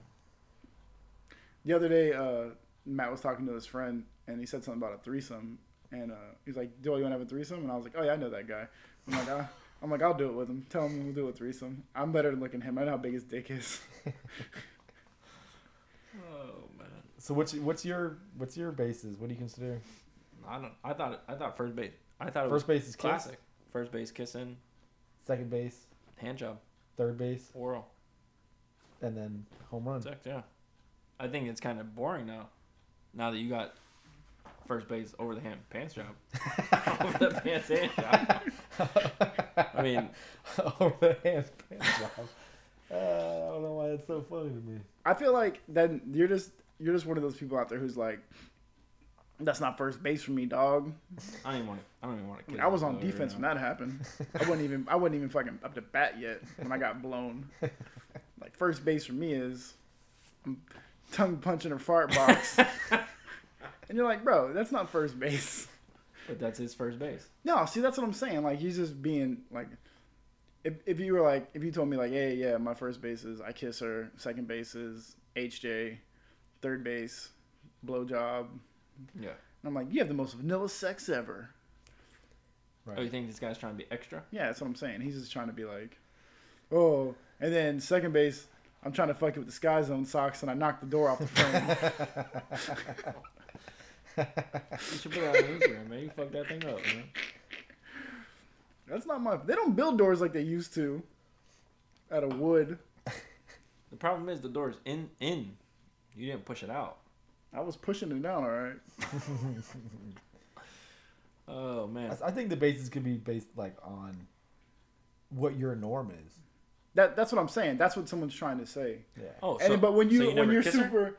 B: The other day, uh, Matt was talking to his friend, and he said something about a threesome. And uh, he's like, "Do you want to have a threesome?" And I was like, "Oh yeah, I know that guy." I'm like, I, "I'm like, I'll do it with him. Tell him we'll do a threesome. I'm better than looking at him. I know how big his dick is."
A: Oh man,
C: So what's what's your what's your bases? What do you consider
A: I don't. I thought. I thought first base. I thought it
C: first
A: was
C: base is kiss,
A: classic. First base kissing,
C: second base,
A: hand job,
C: third base,
A: oral
C: and then home run.
A: sex. Yeah, I think it's kind of boring now. Now that you got first base over the hand pants job, over the pants hand job. I mean,
C: over the hand pants job. Uh, I don't know why that's so funny to me.
B: I feel like then you're just you're just one of those people out there who's like, "That's not first base for me, dog."
A: I don't even want. To, I don't even want to.
B: I,
A: kiss
B: mean, I was
A: this
B: on
A: over here
B: defense when
A: now.
B: that happened. I wasn't even I wasn't even fucking up to bat yet when I got blown. Like first base for me is I'm tongue punching a fart box. and you're like, bro, that's not first base.
A: But that's his first base.
B: No, see that's what I'm saying. Like he's just being like if, if you were like if you told me like, hey yeah, my first base is I kiss her, second base is HJ, third base, blowjob.
A: Yeah.
B: And I'm like, you have the most vanilla sex ever.
A: Oh, you think this guy's trying to be extra?
B: Yeah, that's what I'm saying. He's just trying to be like, oh. And then second base, I'm trying to fuck it with the Sky Zone socks, and I knock the door off the frame.
A: You should put that on Instagram, man. You fucked that thing up, man.
B: that's not my. They don't build doors like they used to. Out of wood.
A: The problem is the door's in in. You didn't push it out.
B: I was pushing it down, all right.
A: Oh man.
C: I, I think the bases could be based like on what your norm is.
B: That that's what I'm saying. That's what someone's trying to say.
C: Yeah.
A: Oh,
B: and but when you,
A: so
B: when
A: never
B: you're
A: kiss her?
B: super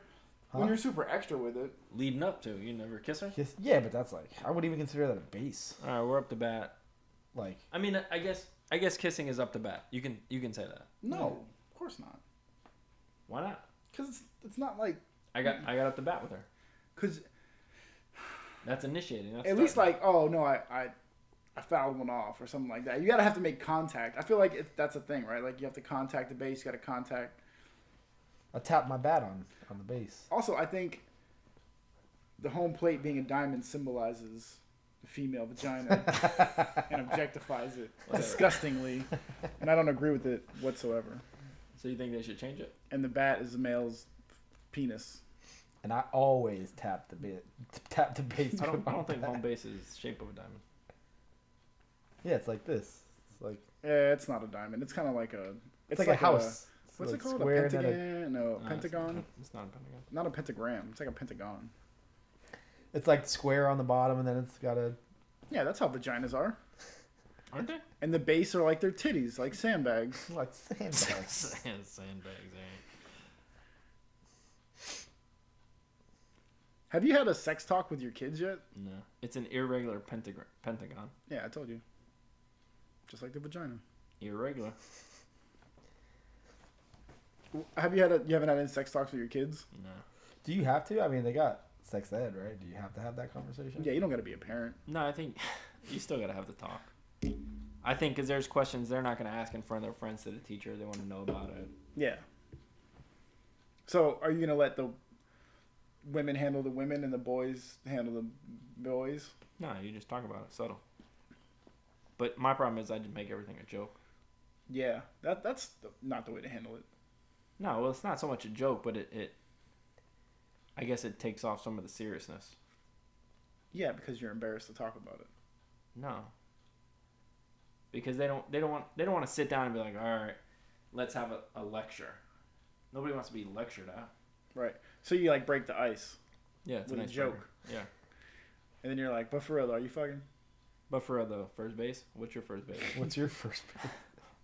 C: Huh?
B: when you're super extra with it,
A: leading up to, you never kiss her.
C: Kiss, yeah, but that's like I wouldn't even consider that a base.
A: All right, we're up to bat.
C: Like
A: I mean, I- I guess I guess kissing is up to bat. You can you can say that.
B: no, of course not,
A: Why not?
B: because Hmm. it's it's not like
A: I got I got up to bat with her.
B: because
A: That's initiating. That's
B: at least
A: starting.
B: like oh no I, I I fouled one off or something like that. You gotta have to make contact. I feel like it, that's a thing, right? Like you have to contact the base. You gotta contact.
C: I tap my bat on on the base.
B: Also, I think the home plate being a diamond symbolizes the female vagina and objectifies it disgustingly, and I don't agree with it whatsoever.
A: So you think they should change it?
B: And the bat is the male's penis.
C: And I always tap the bit, tap the base.
A: I don't
C: with
A: I
C: my
A: don't think
C: bat.
A: home base is shape of a diamond.
C: Yeah, it's like this. It's like
B: Yeah, Eh, it's not a diamond. It's kind of like a.
C: it's, like, a house. It's
B: what's
C: like
B: it called? A
C: square Oh, and then
B: pentagon? No,
A: No, it's-
B: pentagon.
A: Uh, It's not a pentagon.
B: Not a pentagram. It's like a pentagon.
C: It's like square on the bottom, and then it's got a
B: Yeah, that's how vaginas are.
A: Aren't they?
B: and the base are like their titties, like sandbags.
C: like sandbag.
A: Sand- Sandbags. eh?
B: Have you had a sex talk with your kids yet?
A: No, it's an irregular pentagram. Pentagon.
B: Yeah, I told you. Just like the vagina.
A: Irregular.
B: W- Have you had a, you haven't had any sex talks with your kids?
A: No.
C: Do you have to? I mean, they got sex ed, right? Do you have to have that conversation?
B: Yeah, you don't got to be a parent.
A: No, I think you still got to have the talk. I think because there's questions they're not going to ask in front of their friends to the teacher. They want to know about it.
B: Yeah. So, are you gonna let the women handle the women and the boys handle the boys?
A: No, you just talk about it, subtle. But my problem is I just make everything a joke.
B: Yeah, that that's th- not the way to handle it.
A: No, well, it's not so much a joke, but it, it I guess it takes off some of the seriousness.
B: Yeah, because you're embarrassed to talk about it.
A: No. Because they don't they don't want they don't want to sit down and be like, all right, let's have a, a lecture. Nobody wants to be lectured at.
B: Right. So you like break the ice
A: Yeah, it's
B: with
A: a nice
B: a joke.
A: breaker. Yeah.
B: And then you're like, but for real, though, are you fucking?
A: But for real though, first base. What's your first base?
C: What's your first?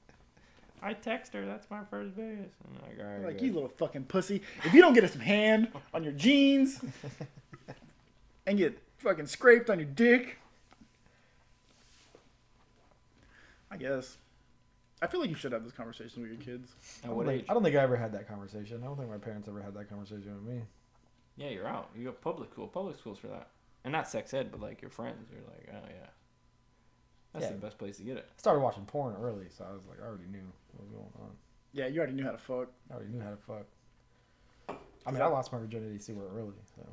A: I text her. That's my first base. I'm like, all right.
B: Like,
A: good.
B: you little fucking pussy. If you don't get some hand on your jeans and get fucking scraped on your dick. I guess. I feel like you should have this conversation with your kids.
A: At
C: I
A: what
C: don't,
A: age?
C: think, I don't think I ever had that conversation. I don't think my parents ever had that conversation with me.
A: Yeah, you're out. You go public school. Public school's for that, and not sex ed, but like your friends. You're like, oh yeah, that's
C: Yeah.
A: the best place to get it.
C: I started watching porn early, so I was like, I already knew what was going on.
B: Yeah, you already knew how to fuck.
C: I already knew how to fuck. I mean, I lost my virginity super early, so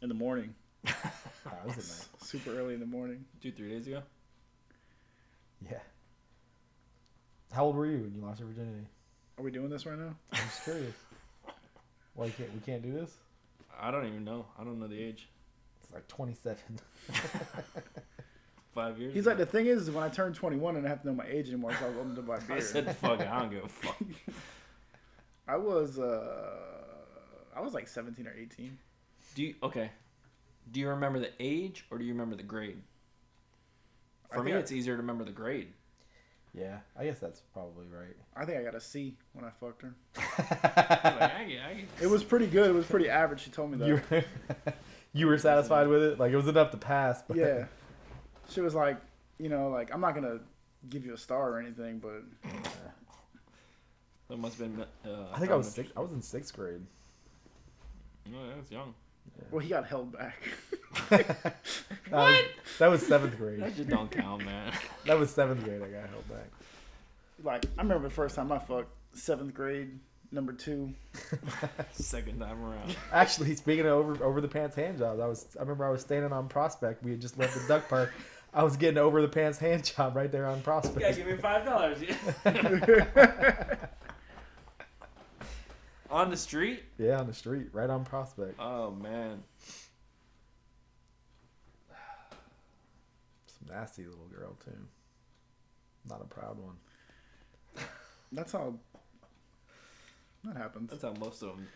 B: In the morning.
C: that was the night.
B: Super early in the morning.
A: Two, three days ago.
C: Yeah. How old were you when you lost your virginity?
B: Are we doing this right now?
C: I'm just curious. Why you can't we can't do this?
A: I don't even know. I don't know the age.
C: It's like 27.
A: Five years.
B: He's
A: ago.
B: like, the thing is, when I turned 21 and I have to know my age anymore, so I was open to buy beer.
A: I said, fuck it. I don't give a fuck.
B: I was, uh, I was like 17 or 18.
A: Do you okay? Do you remember the age or do you remember the grade?
B: I
A: For me,
B: think I-
A: it's easier to remember the grade.
C: Yeah, I guess that's probably right.
B: I think I got a C when I fucked her.
A: I'm like, I get- I get-
B: It was pretty good. It was pretty average. She told me that.
C: You were, you were satisfied with it? Like it was enough to pass, but
B: yeah. She was like, you know, like I'm not gonna give you a star or anything, but
A: That must have been. Uh,
C: I think I was
A: elementary.
C: six, I was in 6th grade.
A: No, yeah, that's young.
B: well, he got held back.
C: That was- that was 7th
A: That
C: grade.
A: just don't count, man.
C: That was 7th grade I got held back.
B: like I remember the first time I fucked seventh grade, number two.
A: Second time around.
C: Actually, speaking of over over the pants hand jobs, I was I remember I was standing on Prospect. We had just left the duck park. I was getting over the pants hand job right there on Prospect.
A: give me five dollars. On the street?
C: Yeah, on the street, right on Prospect.
A: Oh man.
C: Some nasty little girl too. Not a proud one.
B: That's how that happens.
A: That's how most of them.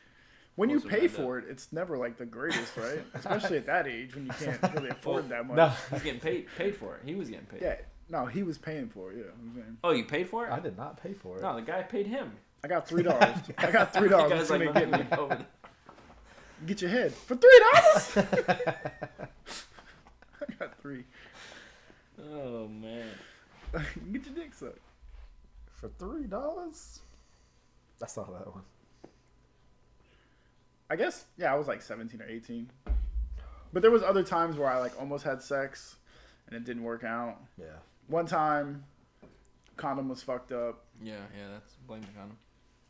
B: When you
A: most of
B: pay
A: them end
B: for it, it's never like the greatest, right? Especially at that age when you can't really afford that much.
C: No,
A: He's getting paid paid for it. He was getting paid.
B: Yeah. No, he was paying for it. Yeah, I'm saying.
A: Oh, you paid for it?
C: I did not pay for it.
A: no, the guy paid him.
B: I got three dollars. I got three
A: The
B: dollars.
A: guy's
B: That's gonna
A: like,
B: get
A: "Let
B: Oh, me.
A: me over
B: Get your head for three dollars. I got three.
A: the-" Oh man.
B: Get your dick sucked.
C: For three dollars. I saw that one.
B: I guess yeah, I was like seventeen or eighteen. But there was other times where I like almost had sex and it didn't work out.
C: Yeah.
B: One time condom was fucked up.
A: Yeah, yeah, that's blame the condom.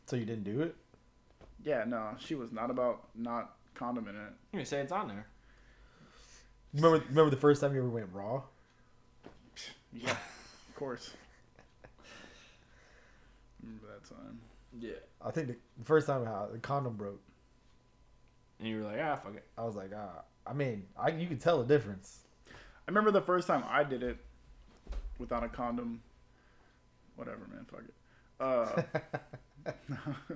C: So you didn't do it?
B: Yeah, no, she was not about not condom in it.
A: You say it's on there.
C: You remember remember the first time you ever went raw?
B: Yeah. of course. Remember that time.
A: Yeah.
C: I think the the first time how the condom broke,
A: And you were like, ah, fuck it.
C: I was like, ah. I mean, I, you could tell the difference.
B: I remember the first time I did it without a condom. Whatever, man, fuck it. Uh,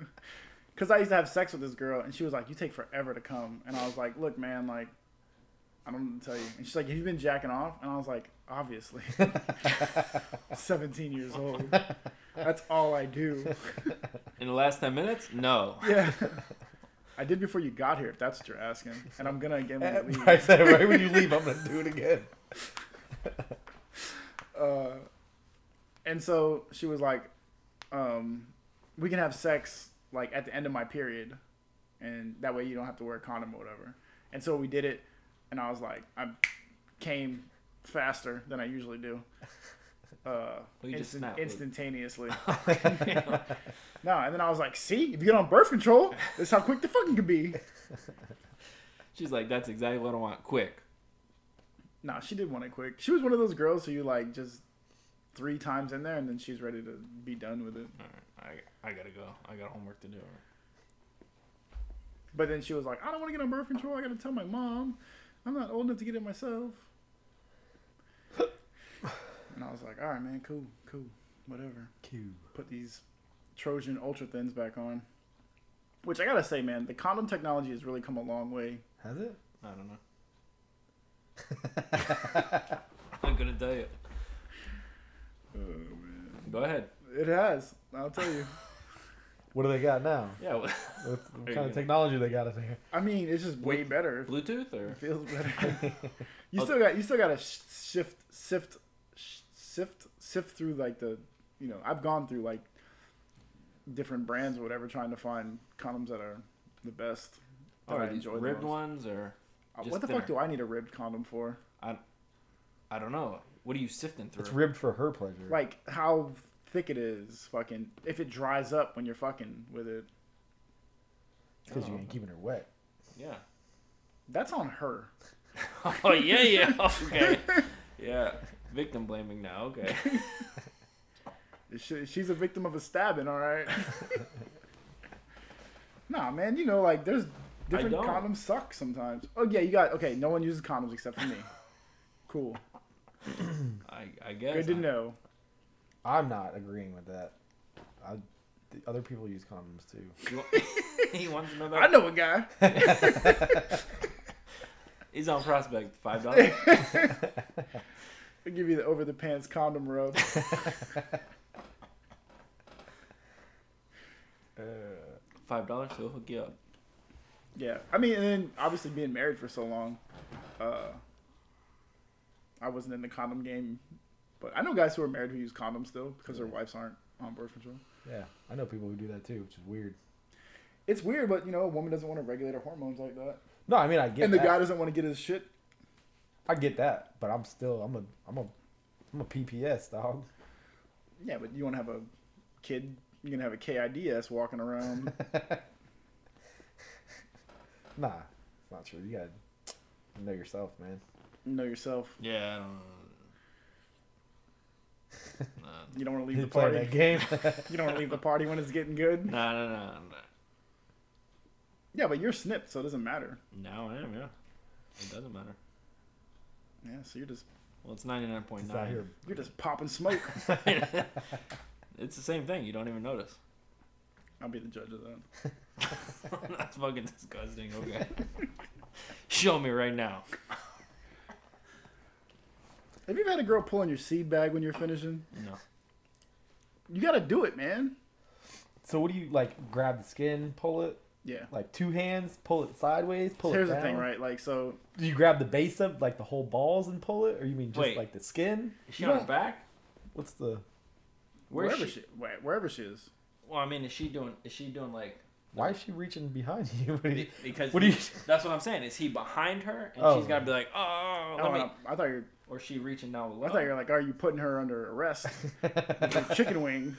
B: Cause I used to have sex with this girl, and she was like, "You take forever to come," and I was like, "Look, man, like, I don't know what to tell you." And she's like, "Have you been jacking off?" And I was like, "Obviously, seventeen years old. That's all I do."
A: In the last ten minutes? No.
B: Yeah, I did before you got here, if that's what you're asking. And I'm gonna again when you leave.
C: Uh, right, right when you leave, I'm gonna do it again.
B: uh, and so she was like, um, "We can have sex like at the end of my period, and that way you don't have to wear a condom or whatever." And so we did it, and I was like, I came faster than I usually do. Uh,
A: Well, you just
B: instant-
A: snapped, Luke.
B: instantaneously.
A: yeah.
B: no, and then I was like, "See, if you get on birth control, that's how quick the fucking could be."
A: She's like, that's exactly what I want. Quick.
B: No, she did want it quick. She was one of those girls who you like just three times in there, and then she's ready to be done with it.
A: All right, I, I gotta go. I got homework to do.
B: But then she was like, I don't want to get on birth control. I got to tell my mom. I'm not old enough to get it myself. and I was like, all right, man, cool, cool, whatever.
C: Q.
B: Put these Trojan Ultra Thins back on. Which I got to say, man, the condom technology has really come a long way.
C: Has it?
A: I don't know. I'm gonna tell you.
B: Oh man,
A: Go ahead.
B: it has. I'll tell you.
C: what do they got now?
A: Yeah. What,
C: What, what
A: you
C: kind
A: gonna-
C: of technology they got in there?
B: I mean, it's just way better.
A: Bluetooth or
B: It feels better. you still got you still got to shift sift sh- sift sift through like the you know I've gone through like different brands or whatever trying to find condoms that are the best. That
A: or
B: I
A: are these
B: enjoy the
A: ribbed
B: most.
A: ones or
B: Uh,
A: Just
B: What the fuck
A: thinner.
B: do I need a ribbed condom for?
A: I don't know. What are you sifting through?
C: It's ribbed for her pleasure.
B: Like how thick it is, fucking. If it dries up when you're fucking with it,
C: Because you
A: Oh.
C: ain't keeping her wet.
A: yeah.
B: that's on her.
A: Oh yeah yeah okay yeah. Victim blaming now okay.
B: She, she's a victim of a stabbing, all right. nah, man, you know, like there's different
A: don't.
B: condoms suck sometimes. Oh yeah, you got okay. No one uses condoms except for me. Cool,
A: I I guess.
B: good to
A: I-
B: know.
C: I'm not agreeing with that. I, the other people use condoms too.
A: You want- he wants to know
B: I
A: that
B: know a guy.
A: he's on prospect five dollars.
B: I give you the over the pants condom rub. Uh.
A: Five dollars, he'll hook you up.
B: yeah, I mean, and then obviously being married for so long, uh, I wasn't in the condom game, but I know guys who are married who use condoms still because their wives aren't on birth control.
C: Yeah, I know people who do that too, which is weird.
B: It's weird, but you know, a woman doesn't want to regulate her hormones like that.
C: No, I mean I get
B: and the
C: that.
B: guy doesn't want to get his shit.
C: I get that, but I'm still I'm a I'm a I'm a PPS dog.
B: Yeah, but you want to have a kid. You're gonna have a KIDS walking around.
C: Nah, it's not true. You gotta know yourself, man.
B: know yourself.
A: Yeah. I don't know.
B: You don't want to leave
C: You
B: the
C: play
B: party.
C: that game.
B: You don't want to leave the party when it's getting good.
A: Nah, no, no, no.
B: Yeah, but you're snipped, so it doesn't matter.
A: Now I am, yeah. It doesn't matter.
B: Yeah, so you're just
A: Well, it's ninety nine point
C: it's out here.
A: nine.
B: you're just popping smoke.
A: It's the same thing. You don't even notice.
B: I'll be the judge of that.
A: That's fucking disgusting. Okay. Show me right now.
B: Have you ever had a girl pulling your seed bag when you're finishing?
A: No.
B: You gotta do it, man.
C: So what do you like? Grab the skin, pull it
B: Yeah.
C: like two hands, pull it sideways, pull
B: Here's the
C: it down.
B: thing, right? Like, so
C: Do you grab the base of like the whole balls and pull it, or you mean just
A: Wait.
C: like the skin?
A: Is she
C: You
A: on her
C: don't-
A: back?
C: What's the
A: Where's
B: wherever
A: she?
B: she, where- wherever she is,
A: Well, I mean, is she doing? Is she doing like?
C: why is she reaching behind you? What do you-
A: be- Because
C: what do you?
A: That's what I'm saying. Is he behind her, and
C: Oh.
A: she's got to be like, oh,
B: oh,
A: let me, Oh.
B: and I, I thought you're,
A: or is she reaching down
B: I
A: below?
B: thought you're like, are you putting her under arrest? chicken wing.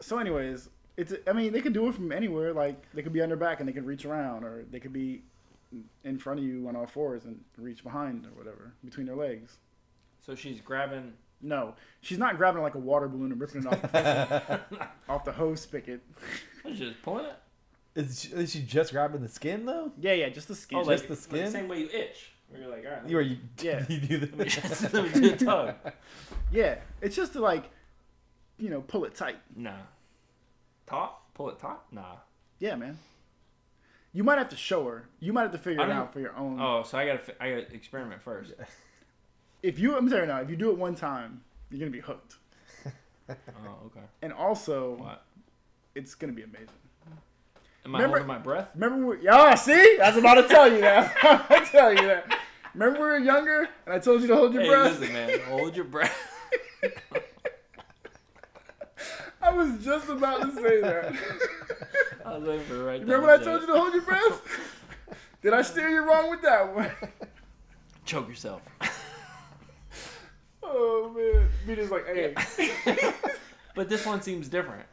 B: so, anyways, it's. I mean, they can do it from anywhere. Like they could be on their back and they could reach around, or they could be in front of you on all fours and reach behind or whatever between their legs.
A: So she's grabbing.
B: No, she's not grabbing like a water balloon and ripping it off off the hose spigot.
A: She's just pulling it.
C: Is she, is she just grabbing the skin though?
B: Yeah, yeah, just the skin.
A: Oh, like,
C: just the
A: like
C: skin?
A: same way you itch. Where you're like, all right.
C: You or you?
B: Yeah.
C: you do
A: let me
C: the.
A: just- let me do a tug.
B: yeah, it's just to like, you know, pull it tight.
A: Nah. Top? Pull it top? Nah.
B: Yeah, man. You might have to show her. You might have to figure
A: I
B: it
A: don't-
B: out for your own.
A: Oh, so I gotta fi- I gotta experiment first.
B: If you, I'm sorry now. If you do it one time, you're gonna be hooked.
A: Oh, okay.
B: And also,
A: What?
B: it's gonna be amazing.
A: Am I
B: Remember-
A: holding my breath?
B: Remember, when we, yeah, see, I was about to tell you that. I was about to tell you that. Remember, when we were younger, and I told you to hold your
A: Hey,
B: breath.
A: listen, man. Hold your breath.
B: I was just about to say that.
A: I was waiting for the right.
B: Remember, when I told you to hold your breath. Did I steer you wrong with that one?
A: choke yourself.
B: Oh man, me just like, hey,
A: But this one seems different.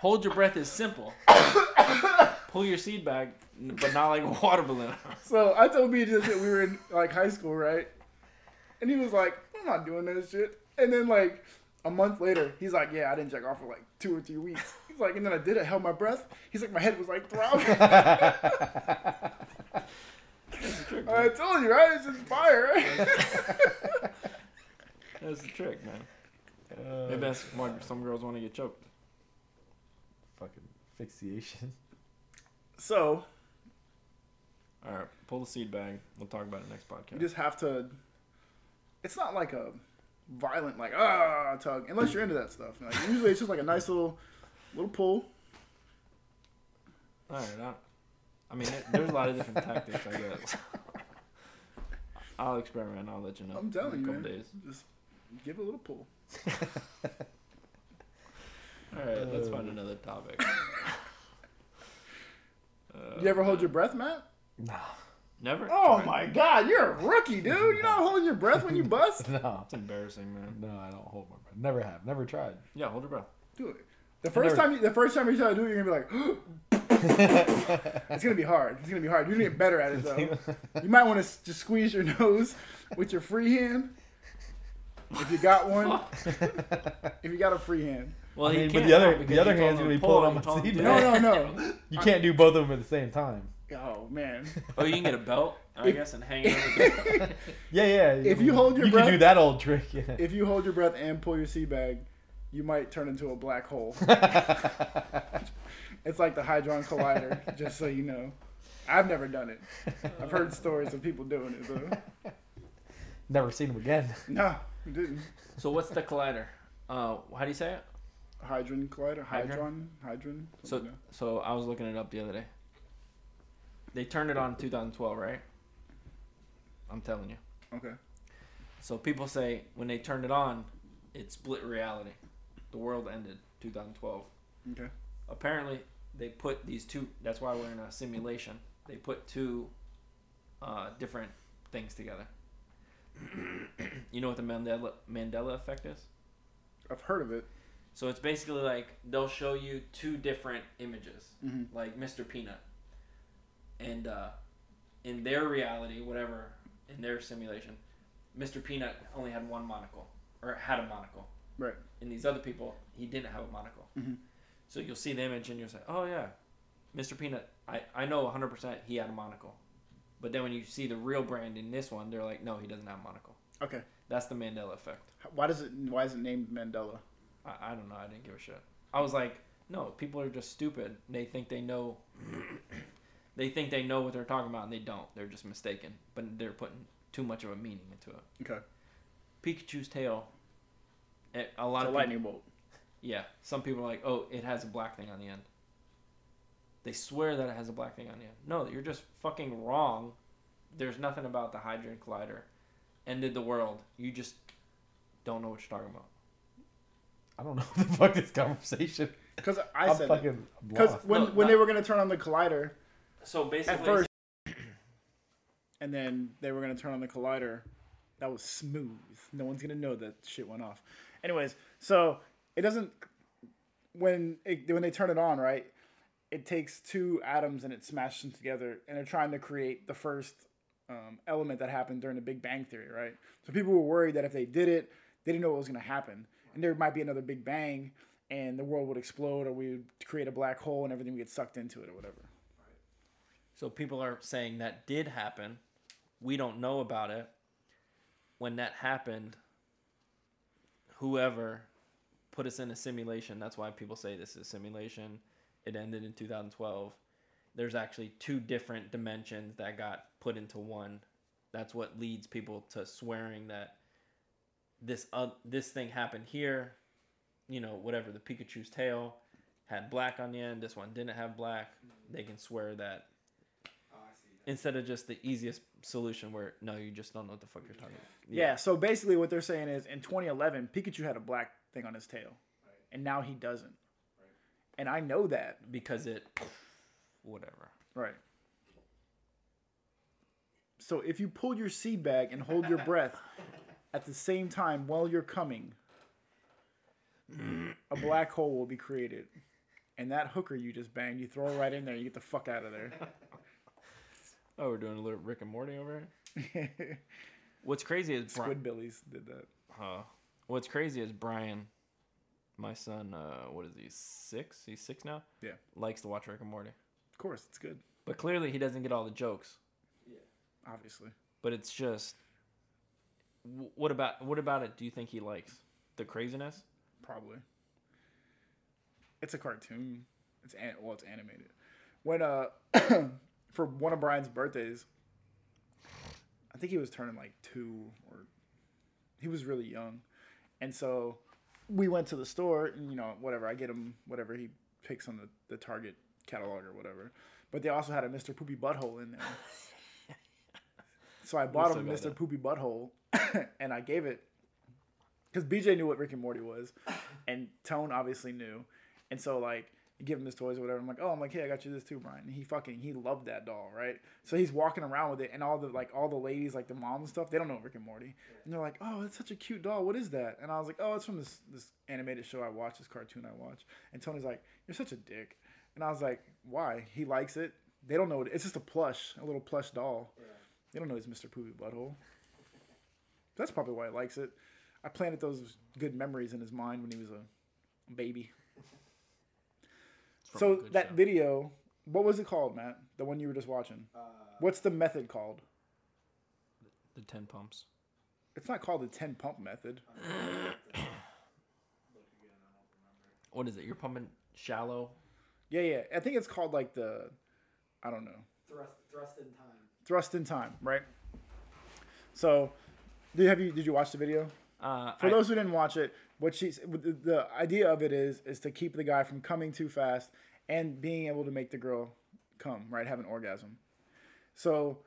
A: Hold your breath is simple. Pull your seed bag, but not like a water balloon.
B: So I told me just that we were in like high school, right? And he was like, I'm not doing that shit. And then like a month later, he's like, Yeah, I didn't check off for like two or three weeks. He's like, and then I did it, held my breath. He's like, my head was like throbbing.
C: Uh,
B: I told you, right? It's just fire.
A: That's the trick, man.
C: Uh,
A: Maybe that's why some girls want to get choked.
C: fucking asphyxiation.
B: So
A: All right, pull the seed bag. We'll talk about it next
B: you
A: podcast.
B: just have to. It's not like a violent like ah tug unless you're into that stuff. Like, usually it's just like a nice little little pull.
A: All right, I, I mean, there- there's a lot of different tactics. I guess I'll experiment. and I'll let you know.
B: I'm telling
A: in a
B: you,
A: couple
B: man.
A: days.
B: Just give it a little pull.
A: All right, let's find
C: Uh,
A: another topic. Uh,
B: you ever hold your breath, Matt?
C: No,
A: Never.
B: Oh
A: Try.
B: my God, you're a rookie, dude. You're not holding your breath when you bust.
C: no,
A: It's embarrassing, man.
C: no. I don't hold my breath. Never have. Never tried.
A: Yeah, hold your breath.
B: Do it. The first
C: never-
B: time, you, the first time you try to do it, you're gonna be like, it's gonna be hard. It's gonna be hard. You're gonna get better at it though. You might want to just squeeze your nose with your free hand, if you got one. If you got a free hand.
A: Well,
C: I
A: he
C: mean, but
A: can't
C: the other-
A: now
C: the
A: because
C: other
A: you told
C: hand's
A: him
C: gonna be
A: to
C: pulled
A: pull,
C: on
A: you
C: my
A: told him
C: seat
A: to do
B: No,
A: it.
B: no, no.
C: you can't do both of them at the same time.
B: Oh man.
A: Oh, you can get a belt, I
B: If-
A: guess, and hang it over. The...
C: Yeah, yeah.
B: If you hold your
C: you
B: breath-
C: can do that old trick. Yeah.
B: If you hold your breath and pull your sea bag, you might turn into a black hole. It's like the hadron collider. just so you know, I've never done it. I've heard stories of people doing it though.
C: Never seen him again.
B: No, I didn't.
A: so what's the collider? Uh, how do you say it?
B: Hydron collider. Hydron.
A: Hydron?
B: Hydron.
A: So,
B: something like
A: so I was looking it up the other day. They turned it on in 2012, right? I'm telling you.
B: that. okay.
A: So people say when they turned it on, it split reality. The world ended 2012.
B: Okay.
A: Apparently, they put these two. That's why we're in a simulation. They put two uh, different things together. you know what the Mandela Mandela effect is?
B: I've heard of it.
A: So it's basically like they'll show you two different images,
B: Mhm.
A: like Mr. Peanut, and uh, in their reality, whatever in their simulation, Mr. Peanut only had one monocle or had a monocle.
B: Right.
A: In these other people, he didn't have a monocle.
B: Mhm.
A: So you'll see the image and you'll say, "Oh yeah, Mr. Peanut. I I know 100 percent he had a monocle." But then when you see the real brand in this one, they're like, "No, he doesn't have a monocle."
B: Okay.
A: That's the Mandela effect.
B: Why does it? Why is it named Mandela?
A: I, I don't know. I didn't give a shit. I was like, no, people are just stupid. They think they know. they think they know what they're talking about, and they don't. They're just mistaken. But they're putting too much of a meaning into it.
B: Okay.
A: Pikachu's tail. It, a lot
B: It's
A: of
B: a
A: people,
B: lightning bolt.
A: yeah. Some people are like, oh, it has a black thing on the end. They swear that it has a black thing on the end. No, you're just fucking wrong. There's nothing about the Hydrogen Collider. Ended the world. You just don't know what you're talking about.
C: I don't know what the fuck this conversation.
B: Because I
C: I am
B: said
C: fucking
B: because
C: lost.
B: when
A: No,
B: when
A: not-
B: they were gonna turn on the collider
A: So basically,
B: at first, and then they were gonna turn on the collider, that was smooth. No one's gonna know that shit went off. Anyways, so it doesn't when it, when they turn it on, right? It takes two atoms and it smashes them together, and they're trying to create the first um, element that happened during the Big Bang Theory, right? So people were worried that if they did it, they didn't know what was going to happen, and there might be another Big Bang, and the world would explode, or we would create a black hole, and everything would get sucked into it, or whatever.
A: So people are saying that did happen. We don't know about it. When that happened, whoever put us in a simulation, that's why people say this is a simulation. It ended in 2012. There's actually two different dimensions that got put into one. That's what leads people to swearing that this uh, this thing happened here, you know, whatever the Pikachu's tail had black on the end, this one didn't have black. They can swear that instead of just the easiest solution where no you just don't know what the fuck you're talking about
B: Yeah. so basically, what they're saying is, in 2011, Pikachu had a black thing on his tail, and now he doesn't. And I know that.
A: because it whatever
B: Right. So if you pull your seed bag and hold your breath at the same time while you're coming, a black hole will be created. And that hooker you just banged, you throw it right in there, you get the fuck out of
A: oh we're doing a little rick and morty over here
B: there.
A: what's crazy is Bri-
B: Squidbillies did that.
A: uh, what's crazy is brian my son uh what is he six he's six now
B: Yeah.
A: likes to watch rick and morty
B: Of course, it's good,
A: but clearly he doesn't get all the jokes
B: obviously.
A: but it's just wh- what about what about it do you think he likes the craziness
B: Probably. It's a cartoon. It's an- well, it's animated. when uh for one of Brian's birthdays, I think he was turning like two or he was really young, and so we went to the store and you know whatever I get him whatever he picks on the the Target catalog or whatever, but they also had a Mr. Poopy Butthole in there. So I bought
A: still
B: him
A: got
B: Mr.
A: that.
B: Poopy Butthole, and I gave it because BJ knew what Rick and Morty was, and Tone obviously knew, and so like you give him his toys or whatever. I'm like, oh, I'm like, hey, I got you this too, Brian. And he fucking he loved that doll, right? So he's walking around with it, and all the like all the ladies, like the moms and stuff, they don't know Rick and Morty, and they're like, oh, that's such a cute doll. What is that? And I was like, oh, it's from this this animated show I watch, this cartoon I watch. And Tony's like, you're such a dick, and I was like, why? He likes it. They don't know it. It's just a plush, a little plush doll. They don't know he's Mr. Poopy Butthole. That's probably why he likes it. I planted those good memories in his mind when he was a baby.
A: It's from a
B: So
A: good
B: that
A: show.
B: video, what was it called, Matt? The one you were just watching. What's the method called?
A: the ten pumps.
B: It's not called the ten pump method.
A: What is it? You're pumping shallow.
B: Yeah, yeah. I think it's called like the, I don't know,
D: Thrust, thrust in time.
B: thrust in time, right? So, did have you did you watch the video?
A: Uh,
B: For
A: I-
B: those who didn't watch it, what she's the, the idea of it is is to keep the guy from coming too fast and being able to make the girl come right, have an orgasm. So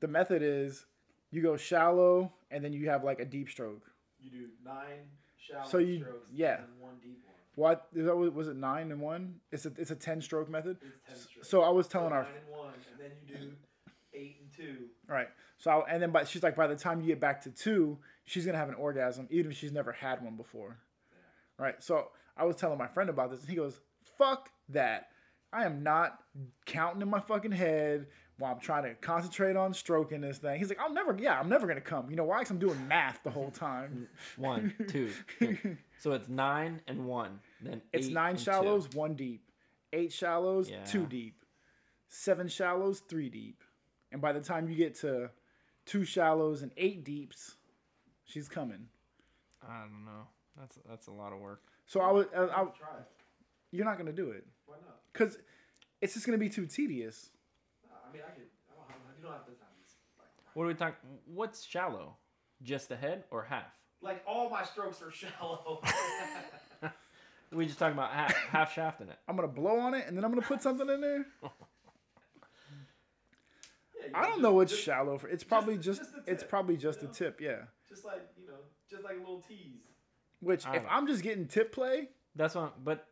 B: the method is you go shallow and then you have like a deep stroke.
D: You do nine shallow
B: So you-
D: strokes
B: yeah.
D: and one deep one.
B: What is that, was it nine and one? It's a it's a ten stroke method.
D: It's ten strokes.
B: So I was
D: So
B: telling our
D: nine and one, and then you do eight and two.
B: right. So I, and then but she's like by the time you get back to two, she's gonna have an orgasm even if she's never had one before. Right. So I was telling my friend about this, and he goes, "Fuck that! I am not counting in my fucking head while I'm trying to concentrate on stroking this thing." He's like, "I'm never, yeah, I'm never gonna come." You know why? Because I'm doing math the whole time.
A: One, two, three. So it's nine and one. Then
B: It's
A: eight
B: nine
A: and two.
B: shallows, one deep. Eight shallows,
A: Yeah.
B: two deep. Seven shallows, three deep. And by the time you get to two shallows and eight deeps, she's coming.
A: I don't know. That's that's a lot of work.
B: So I was, I, I,
D: Try it.
B: you're not gonna do it
D: Why not?
B: because it's just gonna be too tedious.
D: No, Uh, I mean, I could. I don't have, you don't have to sound this. Like,
A: What are we talking? What's shallow? Just the head or half?
D: like all my strokes are shallow.
A: We just talking about half, half shaft in it.
B: I'm gonna blow on it and then I'm gonna put something in there.
D: Yeah, you
B: I don't
D: just-
B: know what's
D: just,
B: shallow for. It's probably just,
D: just the
B: it's
D: tip,
B: probably just
D: you
B: a
D: know?
B: tip, yeah.
D: Just like you know, just like a little tease.
B: Which
A: I
B: if
A: don't-
B: I'm just getting tip play,
A: That's what. But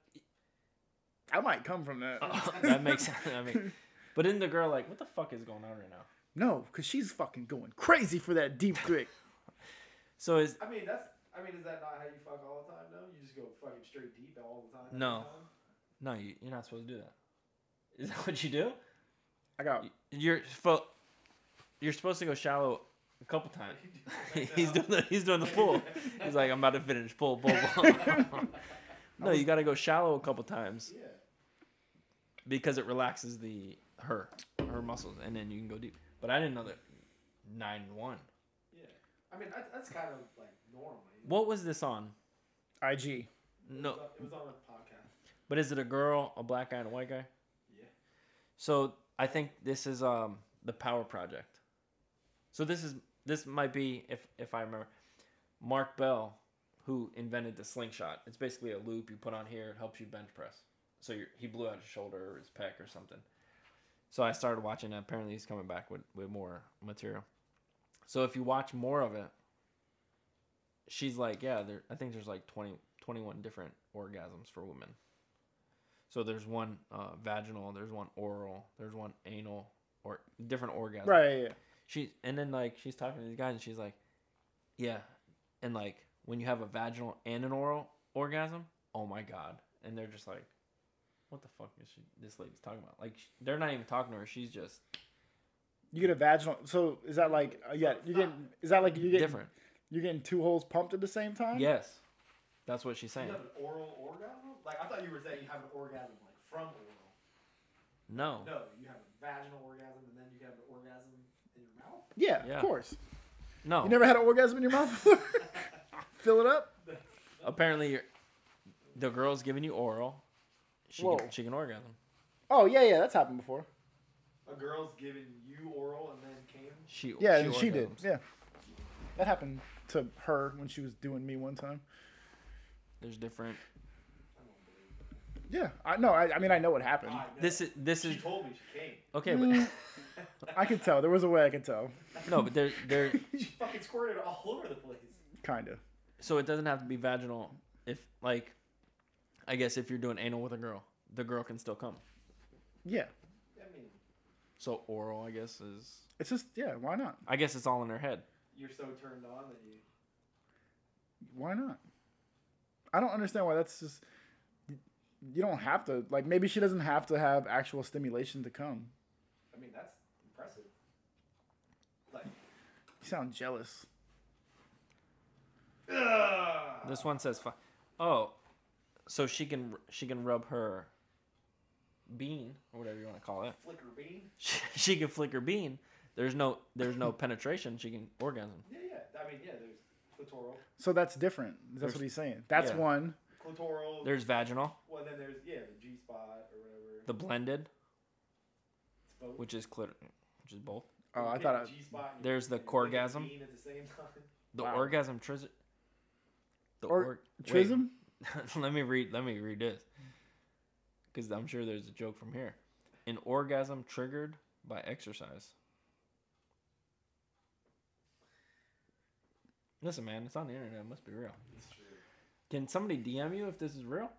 B: I might come from that.
A: that makes sense. I mean, but isn't the girl like, what the fuck is going on right now?
B: No, because she's fucking going crazy for that deep dick.
A: So is
D: I mean, that's. I mean, is that not how you fuck all the time? though? you just go fucking straight deep all the time. every
A: No.
D: time?
A: no, you, you're not supposed to do that. Is that what you do?
B: I got
A: You're fo- you're supposed to go shallow a couple times. he's doing the he's doing the pull. He's like, I'm about to finish pull pull pull. no, you got to go shallow a couple times
D: Yeah.
A: because it relaxes the her her muscles, and then you can go deep. But I didn't know that nine one.
D: Yeah. I mean, that's, that's kind of like normal.
A: What was this on?
B: IG.
A: No,
D: It was on a podcast.
A: But is it a girl, a black guy, and a white guy?
D: Yeah.
A: So I think this is um the Power Project. So this is this might be if if I remember, Mark Bell, who invented the slingshot. It's basically a loop you put on here. It helps you bench press. So you're, he blew out his shoulder or his pec or something. So I started watching. And apparently he's coming back with with more material. So if you watch more of it, she's like, yeah, there. I think there's like 20, 21 different orgasms for women. So there's one uh, vaginal, there's one oral, there's one anal, or different orgasms.
B: Right, yeah, yeah.
A: She and then like she's talking to these guys and she's like, yeah, and like when you have a vaginal and an oral orgasm, oh my god, and they're just like, what the fuck is she? This lady's talking about like sh- they're not even talking to her. She's just
B: You get a vaginal. So is that like uh, yeah? You get is that like you get
A: different.
B: You're getting two holes pumped at the same time.
A: Yes, that's what she's saying.
D: You have an oral orgasm? Like, I thought you were saying you have an orgasm, like, from oral.
A: No.
D: No, you have a vaginal orgasm, and then you have an orgasm in your mouth?
B: Yeah,
A: Yeah. Oh.
B: of course.
A: no,
B: You never had an orgasm in your mouth before. Fill it up.
A: Apparently, you're, the girl's giving you oral. She
B: Whoa.
A: can, she can orgasm.
B: Oh yeah, yeah, that's happened before.
D: A girl's giving you oral and then came.
A: She
B: Yeah, and she did.
A: orgasms.
B: Yeah, that happened to her when she was doing me one time.
A: There's different.
D: I don't believe. it.
B: Yeah, I no, I, I mean I know what happened.
D: I know.
A: This is this
D: She
A: is
D: told me she came.
A: okay, but
B: I could tell there was a way I could tell,
A: no, but there there.
D: She fucking squirted all over the place.
B: kind of.
A: So it doesn't have to be vaginal. If like, I guess if you're doing anal with a girl, the girl can still come.
B: Yeah,
D: I mean,
A: So oral, I guess is.
B: it's just yeah. Why not?
A: I guess it's all in her head.
D: you're so turned on that you.
B: Why not? I don't understand why that's just. You don't have to like. Maybe she doesn't have to have actual stimulation to come.
D: I mean, that's impressive. Like,
B: You sound jealous.
D: ugh.
A: This one says, fi- "Oh, so she can she can rub her bean or whatever you want to call it.
D: flicker bean.
A: She, she can flick her bean. There's no there's no penetration. She can orgasm.
D: Yeah, yeah. I mean, yeah. There's clitoral,
B: So that's different. That's
A: There's-
B: what he's saying. That's
A: yeah.
B: one.
D: clitoral.
A: There's vaginal,
D: well, then there's yeah, the G spot or whatever.
A: the blended,
D: It's both.
A: which is clit, which is both.
B: Oh,
D: You
B: I
D: get
B: thought.
D: the
B: I,
D: G-spot and you
A: There's the
D: get flicker
A: corgasm.
D: bean At the same time.
A: The
B: Wow.
A: orgasm tris. The
B: Or-
A: wait.
B: Trism.
A: let me read. Let me read this, because I'm sure there's a joke from here. An orgasm triggered by exercise. Listen, man, it's on the internet. It must be real.
D: It's true.
A: Can somebody DM you if this is real?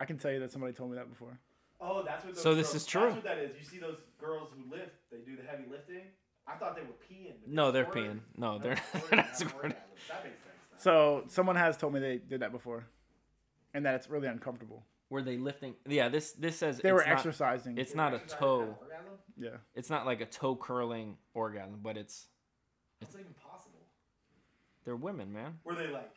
B: I can tell you that somebody told me that before.
D: Oh, that's what. Those
A: So this
D: girls,
A: is true.
D: That's what that is. You see those girls who lift? They do the heavy lifting. I thought they were peeing. but
A: No, they're
D: squirt.
A: peeing. No, they're
D: squirt,
A: they're not
D: squirt.
A: squirting.
D: That makes sense. now.
B: So someone has told me they did that before, and that it's really uncomfortable.
A: Were they lifting? Yeah, this this says
B: They were
A: not-
B: exercising.
A: It's
D: They
A: not a
D: actually trying to have
A: toe.
D: an orgasm?
B: yeah.
A: It's not like a toe curling orgasm, but it's
D: That's not even possible.
A: they're women, man.
D: Were they like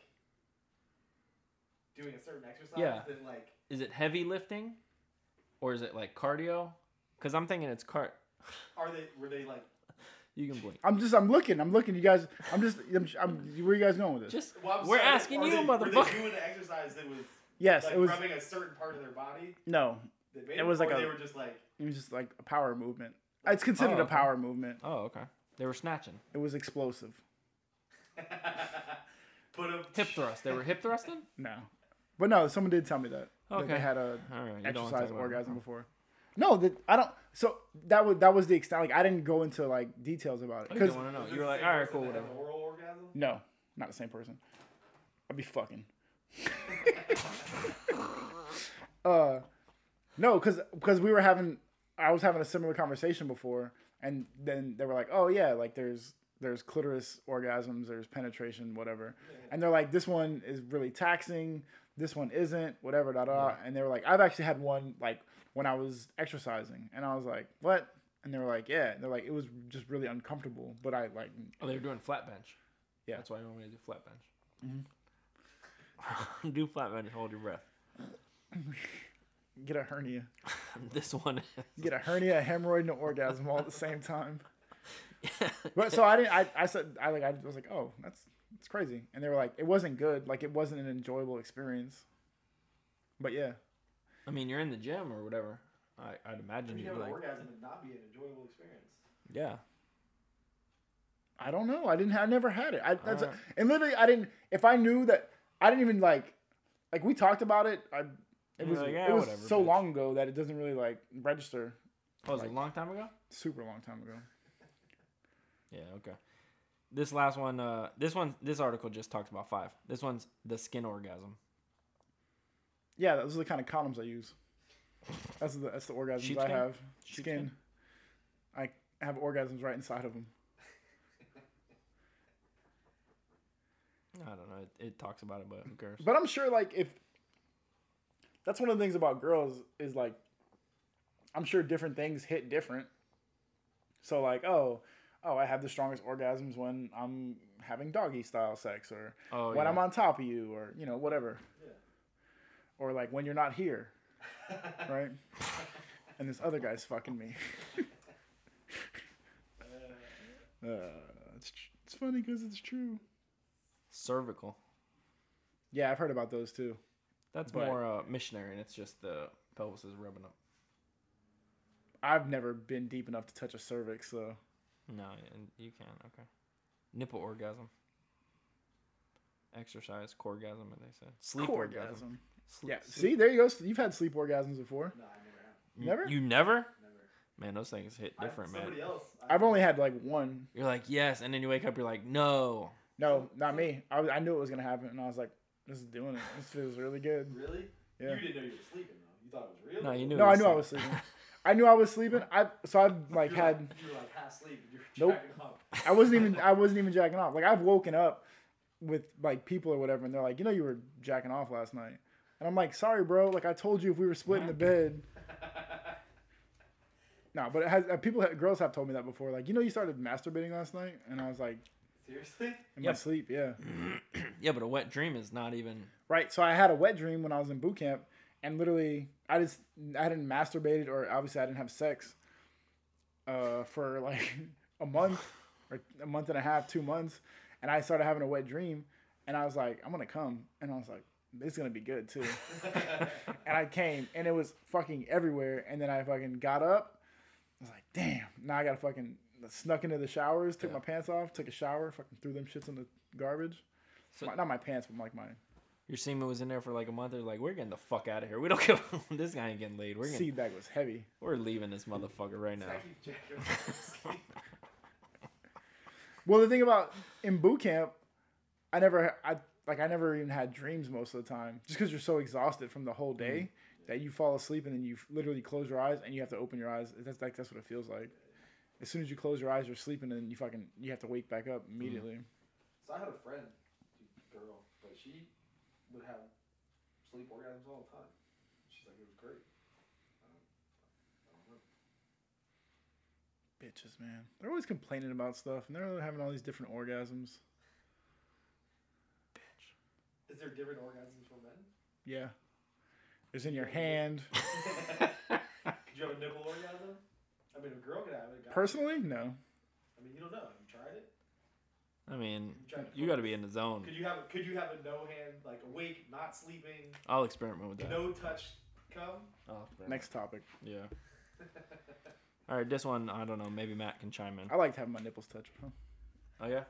D: doing a certain exercise
A: Yeah.
D: that like
A: Is it heavy lifting, or is it like cardio? Because I'm thinking it's cart.
D: are they were they like
A: You can blink.
B: I'm just. I'm looking. I'm looking. You guys. I'm just. I'm. I'm where you guys going with this?
A: Just
D: well, I'm
A: we're
D: sorry,
A: asking
D: are
A: you,
D: they, Were they
A: motherfucker.
D: doing an exercise that was
B: yes.
D: like
B: it was.
D: rubbing a certain part of their body?
B: No.
D: That made
B: It was
D: or
B: like a-
D: they were just like
B: It was just like a power movement. It's considered
A: Oh,
B: a
A: okay.
B: power movement.
A: Oh, okay. They were snatching,
B: It was explosive.
D: put a
A: hip thrust. They were hip thrusting.
B: No. But no, someone did tell me that. That
A: Okay.
B: they had
A: All
B: a
A: right, you don't wanna talk
B: exercise
A: about it. Oh,
B: orgasm before. No, that I don't. So that was that was the extent. Like I didn't go into like details about it
A: Oh, You
B: because
A: don't want to know.
D: was this
A: You were
D: the
A: like,
D: same
A: all right,
D: person
A: cool,
D: that had
A: whatever.
D: an Oral orgasm.
B: no, not the same person. I'd be fucking. uh, no, because because we were having I was having a similar conversation before, and then they were like, oh yeah, like there's there's clitoris orgasms, there's penetration, whatever, and they're like, this one is really taxing, this one isn't, whatever, da da, da. and they were like, I've actually had one like when I was exercising, and I was like, what? And they were like, yeah. And they're like, it was just really uncomfortable, but I like
A: Oh, they were doing flat bench.
B: Yeah.
A: that's why you want me to do flat bench. Mm-hmm. do flat bench. Hold your breath.
B: get a hernia.
A: this one.
B: You get a hernia, a hemorrhoid, and an orgasm all at the same time. But so I didn't. I, I said I like I was like, oh, that's it's crazy. And they were like, it wasn't good. Like it wasn't an enjoyable experience. But yeah,
A: I mean, you're in the gym or whatever. I, I'd
D: You
A: imagine
D: can
A: you'd
D: have
A: be
D: an
A: like,
D: orgasm and not be an enjoyable experience.
A: yeah.
B: I don't know. I didn't. I never had it. I that's
A: Alright.
B: and literally I didn't. If I knew that, I didn't even like. Like we talked about it. I.
A: You're
B: It was,
A: like, "Yeah,
B: it was
A: whatever,
B: so
A: bitch."
B: long ago that it doesn't really like register.
A: Oh, was it
B: Like-
A: a long time ago?
B: Super long time ago.
A: Yeah. Okay. This last one. Uh, this one. This article just talks about five. This one's the skin orgasm.
B: Yeah, those are the kind of condoms I use. That's the that's the orgasms I
A: Sheepskin?
B: have.
A: Sheepskin?
B: Skin. I have orgasms right inside of them.
A: I don't know. It, it talks about it, but who cares?
B: But I'm sure like if that's one of the things about girls is like I'm sure different things hit different. So like, oh, oh, I have the strongest orgasms when I'm having doggy style sex or
A: Oh,
B: when
A: yeah.
B: I'm on top of you or you know, whatever.
D: Yeah.
B: Or like when you're not here. right? And this other guy's fucking me. uh, it's, tr- it's funny because it's true.
A: cervical.
B: Yeah, I've heard about those too.
A: That's
B: But-
A: more uh, missionary, and it's just the pelvis is rubbing up.
B: I've never been deep enough to touch a cervix, so
A: No, and you can. Okay. Nipple orgasm. Exercise, corgasm, as they said. Sleep orgasm.
B: Corgasm.
A: Sleep,
B: Yeah.
A: sleep-
B: See, there you go. You've had sleep orgasms before.
D: No, I never have.
A: You-
B: Never?
A: You never?
D: Never.
A: Man, those things hit
D: I-
A: different, man.
D: Somebody else. I,
B: I've only had like one.
A: You're like, yes, and then you wake up, you're like, no.
B: No, not me. I, was- I knew it was gonna happen, and I was like, "This is doing it. This feels really good."
D: Really?
B: Yeah.
D: You didn't know you were sleeping though. You thought it was real.
A: No, you knew
B: No,
A: it
B: I knew I was sleeping. I knew I was sleeping. I so I've like
D: You're
B: had.
D: You were like half asleep. and You were
B: Nope.
D: jacking off.
B: I wasn't even I wasn't even jacking off. Like I've woken up with like people or whatever, and they're like, you know, you were jacking off last night, and I'm like, sorry, bro. Like I told you, if we were splitting the bed. No, but it has, uh, people, have, girls have told me that before. Like, you know, you started masturbating last night, and I was like,
D: Seriously?
B: in my
A: Yep.
B: sleep, yeah,
A: Yeah, but a wet dream is not even.
B: right. So I had a wet dream when I was in boot camp, and literally, I just I hadn't masturbated, or obviously I didn't have sex, uh, for like a month or a month and a half, two months, and I started having a wet dream, and I was like, I'm gonna come, and I was like, it's gonna be good too, and I came, and it was fucking everywhere, and then I fucking got up, I was like, damn, now I gotta fucking snuck into the showers, took
A: Yeah.
B: my pants off, took a shower, fucking threw them shits in the garbage,
A: So-
B: My- not my pants, but like my
A: Your semen was in there for like a month. They're like, we're getting the fuck out of here. We don't give this guy ain't getting laid. We're getting,
B: seed bag was heavy.
A: we're leaving this motherfucker right
D: No.
A: now.
D: I keep jacking off in sleep.
B: Well, the thing about in boot camp, I never, I like, I never even had dreams most of the time, just because you're so exhausted from the whole day that you fall asleep and then you literally close your eyes and you have to open your eyes. That's like that's what it feels like. As soon as you close your eyes, you're sleeping and you fucking you have to wake back up immediately.
D: So I had a friend, girl, but she would have sleep orgasms all the time. She's like, it was great. I don't know.
B: Bitches, man, they're always complaining about stuff and they're having all these different orgasms.
D: Is there different orgasms for men?
B: Yeah, there's in your hand.
D: Could you have a nipple orgasm? I mean, a girl could have it. a guy-
B: Personally, no.
D: I mean, you don't know. Have you tried it?
A: I mean,
D: I'm trying to
A: you got to be in the zone.
D: Could you have? Could you have a no hand, like awake, not sleeping,
A: I'll experiment with that.
D: no touch cum?
A: I'll experiment.
B: Next topic.
A: Yeah. All right, this one I don't know. Maybe Matt can chime in.
B: I liked having my nipples touched. Huh?
A: Oh yeah.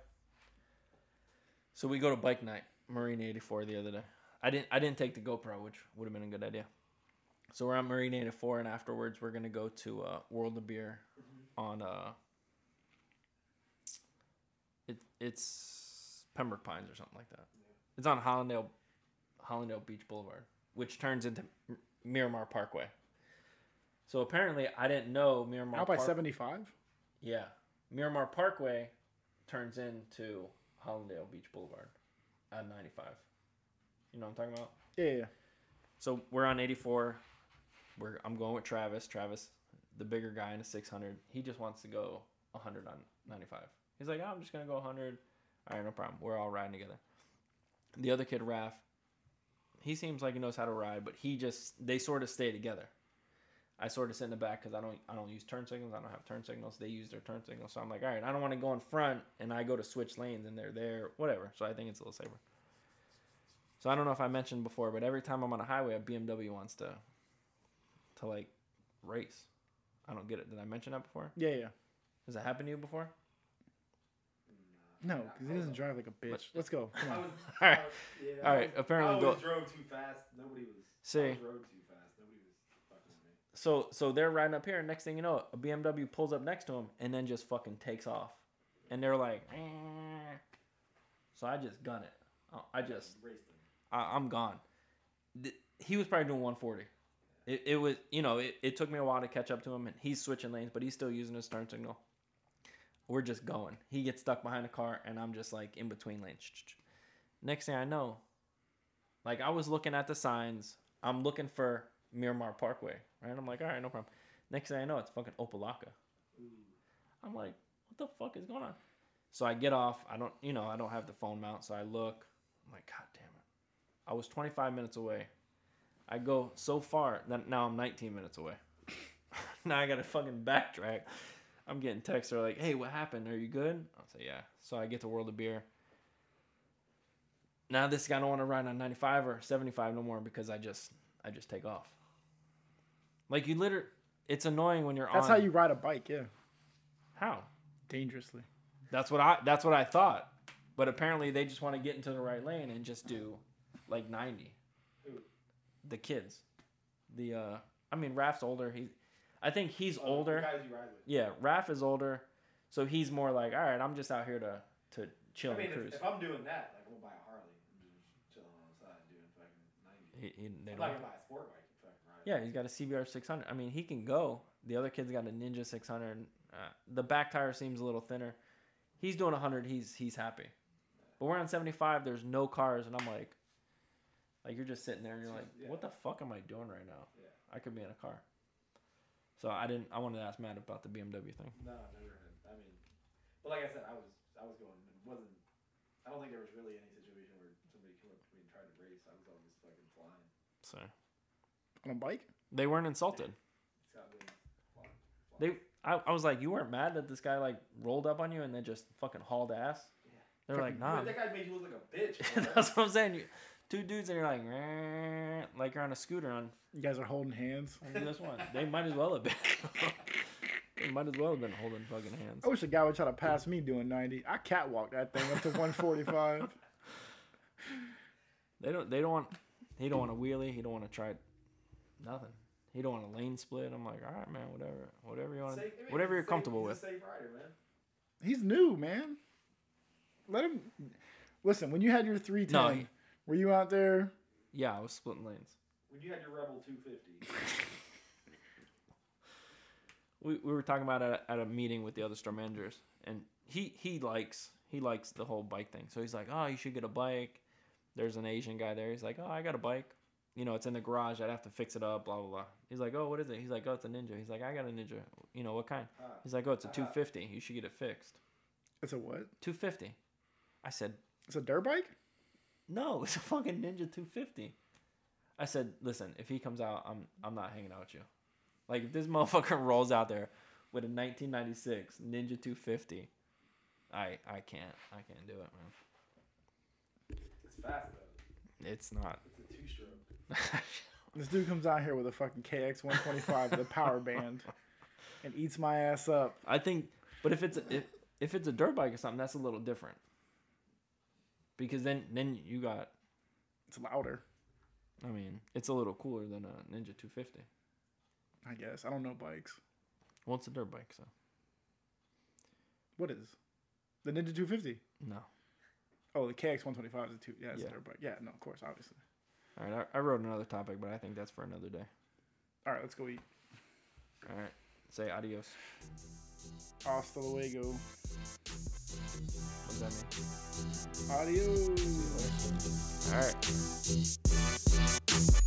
A: So we go to bike night, Marine 84 the other day. I didn't I didn't take the GoPro, which would have been a good idea. So we're on Marine 84 and afterwards we're going to go to uh, World of Beer on uh it it's Pembroke Pines or something like that. It's on Hollandale Hollandale Beach Boulevard, which turns into M- Miramar Parkway. So apparently I didn't know Miramar
B: Out by
A: Park-
B: seventy-five.
A: yeah. Miramar Parkway turns into Hollandale Beach Boulevard on 95. You know what I'm talking about?
B: Yeah, yeah, yeah.
A: So we're on 84. We're I'm going with Travis. Travis, the bigger guy in a 600, he just wants to go 100 on 95. He's like, "Oh, I'm just gonna go 100. All right, no problem. We're all riding together. The other kid, Raf, he seems like he knows how to ride, but he just they sort of stay together. I sort of sit in the back because I don't I don't use turn signals. I don't have turn signals. They use their turn signals, so I'm like, all right, I don't want to go in front, and I go to switch lanes, and they're there, whatever. So I think it's a little safer. So I don't know if I mentioned before, but every time I'm on a highway, a BMW wants to, to like, race. I don't get it. Did I mention that before?
B: yeah, yeah.
A: Has that happened to you before?
B: No, because he doesn't drive like a bitch. Let's go. Come
D: I
B: on.
D: was,
A: All right.
D: I was- yeah, Oh,
A: All
D: I
A: right,
D: was-
A: apparently
D: I always
A: go-
D: drove too fast. Nobody was. I
A: See.
D: always rode too fast. Nobody was fucking with me.
A: So so they're riding up here, and next thing you know, it, a BMW pulls up next to him, and then just fucking takes off, and they're like, "Eh." so I just gun it. I- I just
D: Raced them.
A: I, I'm gone. Th- He was probably doing 140. It, it was, you know, it, it took me a while to catch up to him, and he's switching lanes, but he's still using his turn signal. We're just going. He gets stuck behind a car, and I'm just like in between lanes. Next thing I know, like I was looking at the signs. I'm looking for Miramar Parkway, right? I'm like, all right, no problem. Next thing I know, it's fucking Opalaka. I'm like, what the fuck is going on? So I get off. I don't, you know, I don't have the phone mount, so I look. I'm like, god damn it. I was 25 minutes away. I go so far that now I'm 19 minutes away. now I gotta fucking backtrack. I'm getting texts. They're like, "Hey, what happened? Are you good?" I'll say, "Yeah." So I get to World of Beer. Now this guy don't want to ride on 95 or 75 no more because I just I just take off. Like you literally, it's annoying when you're
B: That's
A: on.
B: how you ride a bike, yeah.
A: How?
B: Dangerously.
A: That's what I. That's what I thought. But apparently, they just want to get into the right lane and just do like ninety.
D: Who?
A: The kids. The uh, I mean, Raph's older. He, I think he's
D: Oh, The
A: older.
D: guys you ride with.
A: Yeah, Raph is older, so he's more like, all right, I'm just out here to to chill
D: I mean,
A: and cruise.
D: if, if I'm doing that, like, I'm gonna buy a Harley and just chilling on the side doing fucking 90.
A: He- he- they
D: I'm not
A: don't-
D: gonna buy a sport bike and fucking ride.
A: yeah, he's got a CBR 600. I mean, he can go. The other kid's got a Ninja 600. Uh, the back tire seems a little thinner. He's doing 100. He's he's happy. But we're on 75. There's no cars, and I'm like, like you're just sitting there, and you're like,
D: Yeah.
A: what the fuck am I doing right now?
D: Yeah.
A: I could be in a car. So I didn't. I wanted to ask Matt about the BMW thing.
D: No, I've never had. I mean, but like I said, I was I was going. It wasn't. I don't think there was really any situation where somebody came up to me and tried to race. I was always fucking flying.
A: So
B: On a bike?
A: they weren't insulted.
D: It's got wings. Flying. flying.
A: They. I, I was like, you weren't mad that this guy like rolled up on you and then just fucking hauled ass.
D: Yeah.
A: They're like,
D: Wait,
A: nah.
D: that guy made you look like a bitch.
A: That's what I'm saying. You, two dudes and you're like, "Rrrr," like you're on a scooter on
B: You guys are holding hands.
A: on this one. They might as well have been. they might as well have been holding fucking hands.
B: I wish a guy would try to pass me doing 90. I catwalk that thing up to 145.
A: They don't. They don't want. He don't want a wheelie. He don't want to try nothing. He don't want a lane split. I'm like, all right, man, whatever, whatever you want,
D: Safe- I mean,
A: whatever you're
D: he's a safe-
A: comfortable
D: he's
A: with.
D: A safe rider, man.
B: He's new, man. Let him. Listen, when you had your 310,
A: No.
B: were you out there?
A: Yeah, I was splitting lanes.
D: When you had your Rebel 250,
A: We, we were talking about it at, at a meeting with the other store managers, and he he likes he likes the whole bike thing. So he's like, oh, you should get a bike. There's an Asian guy there. He's like, oh, I got a bike. You know, it's in the garage. I'd have to fix it up. Blah blah blah. He's like, oh, what is it? He's like, oh, it's a Ninja. He's like, I got a Ninja. You know what kind?
D: huh?
A: He's like, oh, it's a
D: Uh-huh.
A: 250. You should get it fixed.
B: It's a what?
A: 250. I said,
B: It's a dirt bike?
A: no, it's a fucking Ninja 250. I said, listen, if he comes out, I'm I'm not hanging out with you. Like if this motherfucker rolls out there with a 1996 Ninja 250, I I can't I can't do it, man.
D: it's fast though.
A: It's not.
D: It's a two-stroke.
B: This dude comes out here with a fucking KX 125 with a power band and eats my ass up.
A: I think, but if it's a, if if it's a dirt bike or something, that's a little different. Because then then you got,
B: It's louder,
A: I mean, it's a little cooler than a Ninja 250.
B: I guess. I don't know bikes.
A: Well, it's a dirt bike, so
B: What is? The Ninja 250.
A: no.
B: Oh, the KX 125 is a two. Yeah, it's
A: Yeah.
B: a dirt bike. Yeah, no, of course, obviously.
A: All right, I, I wrote another topic, but I think that's for another day.
B: All right, let's go eat.
A: All right, say adios.
B: Hasta luego.
A: What does that mean?
B: Adios.
A: All right.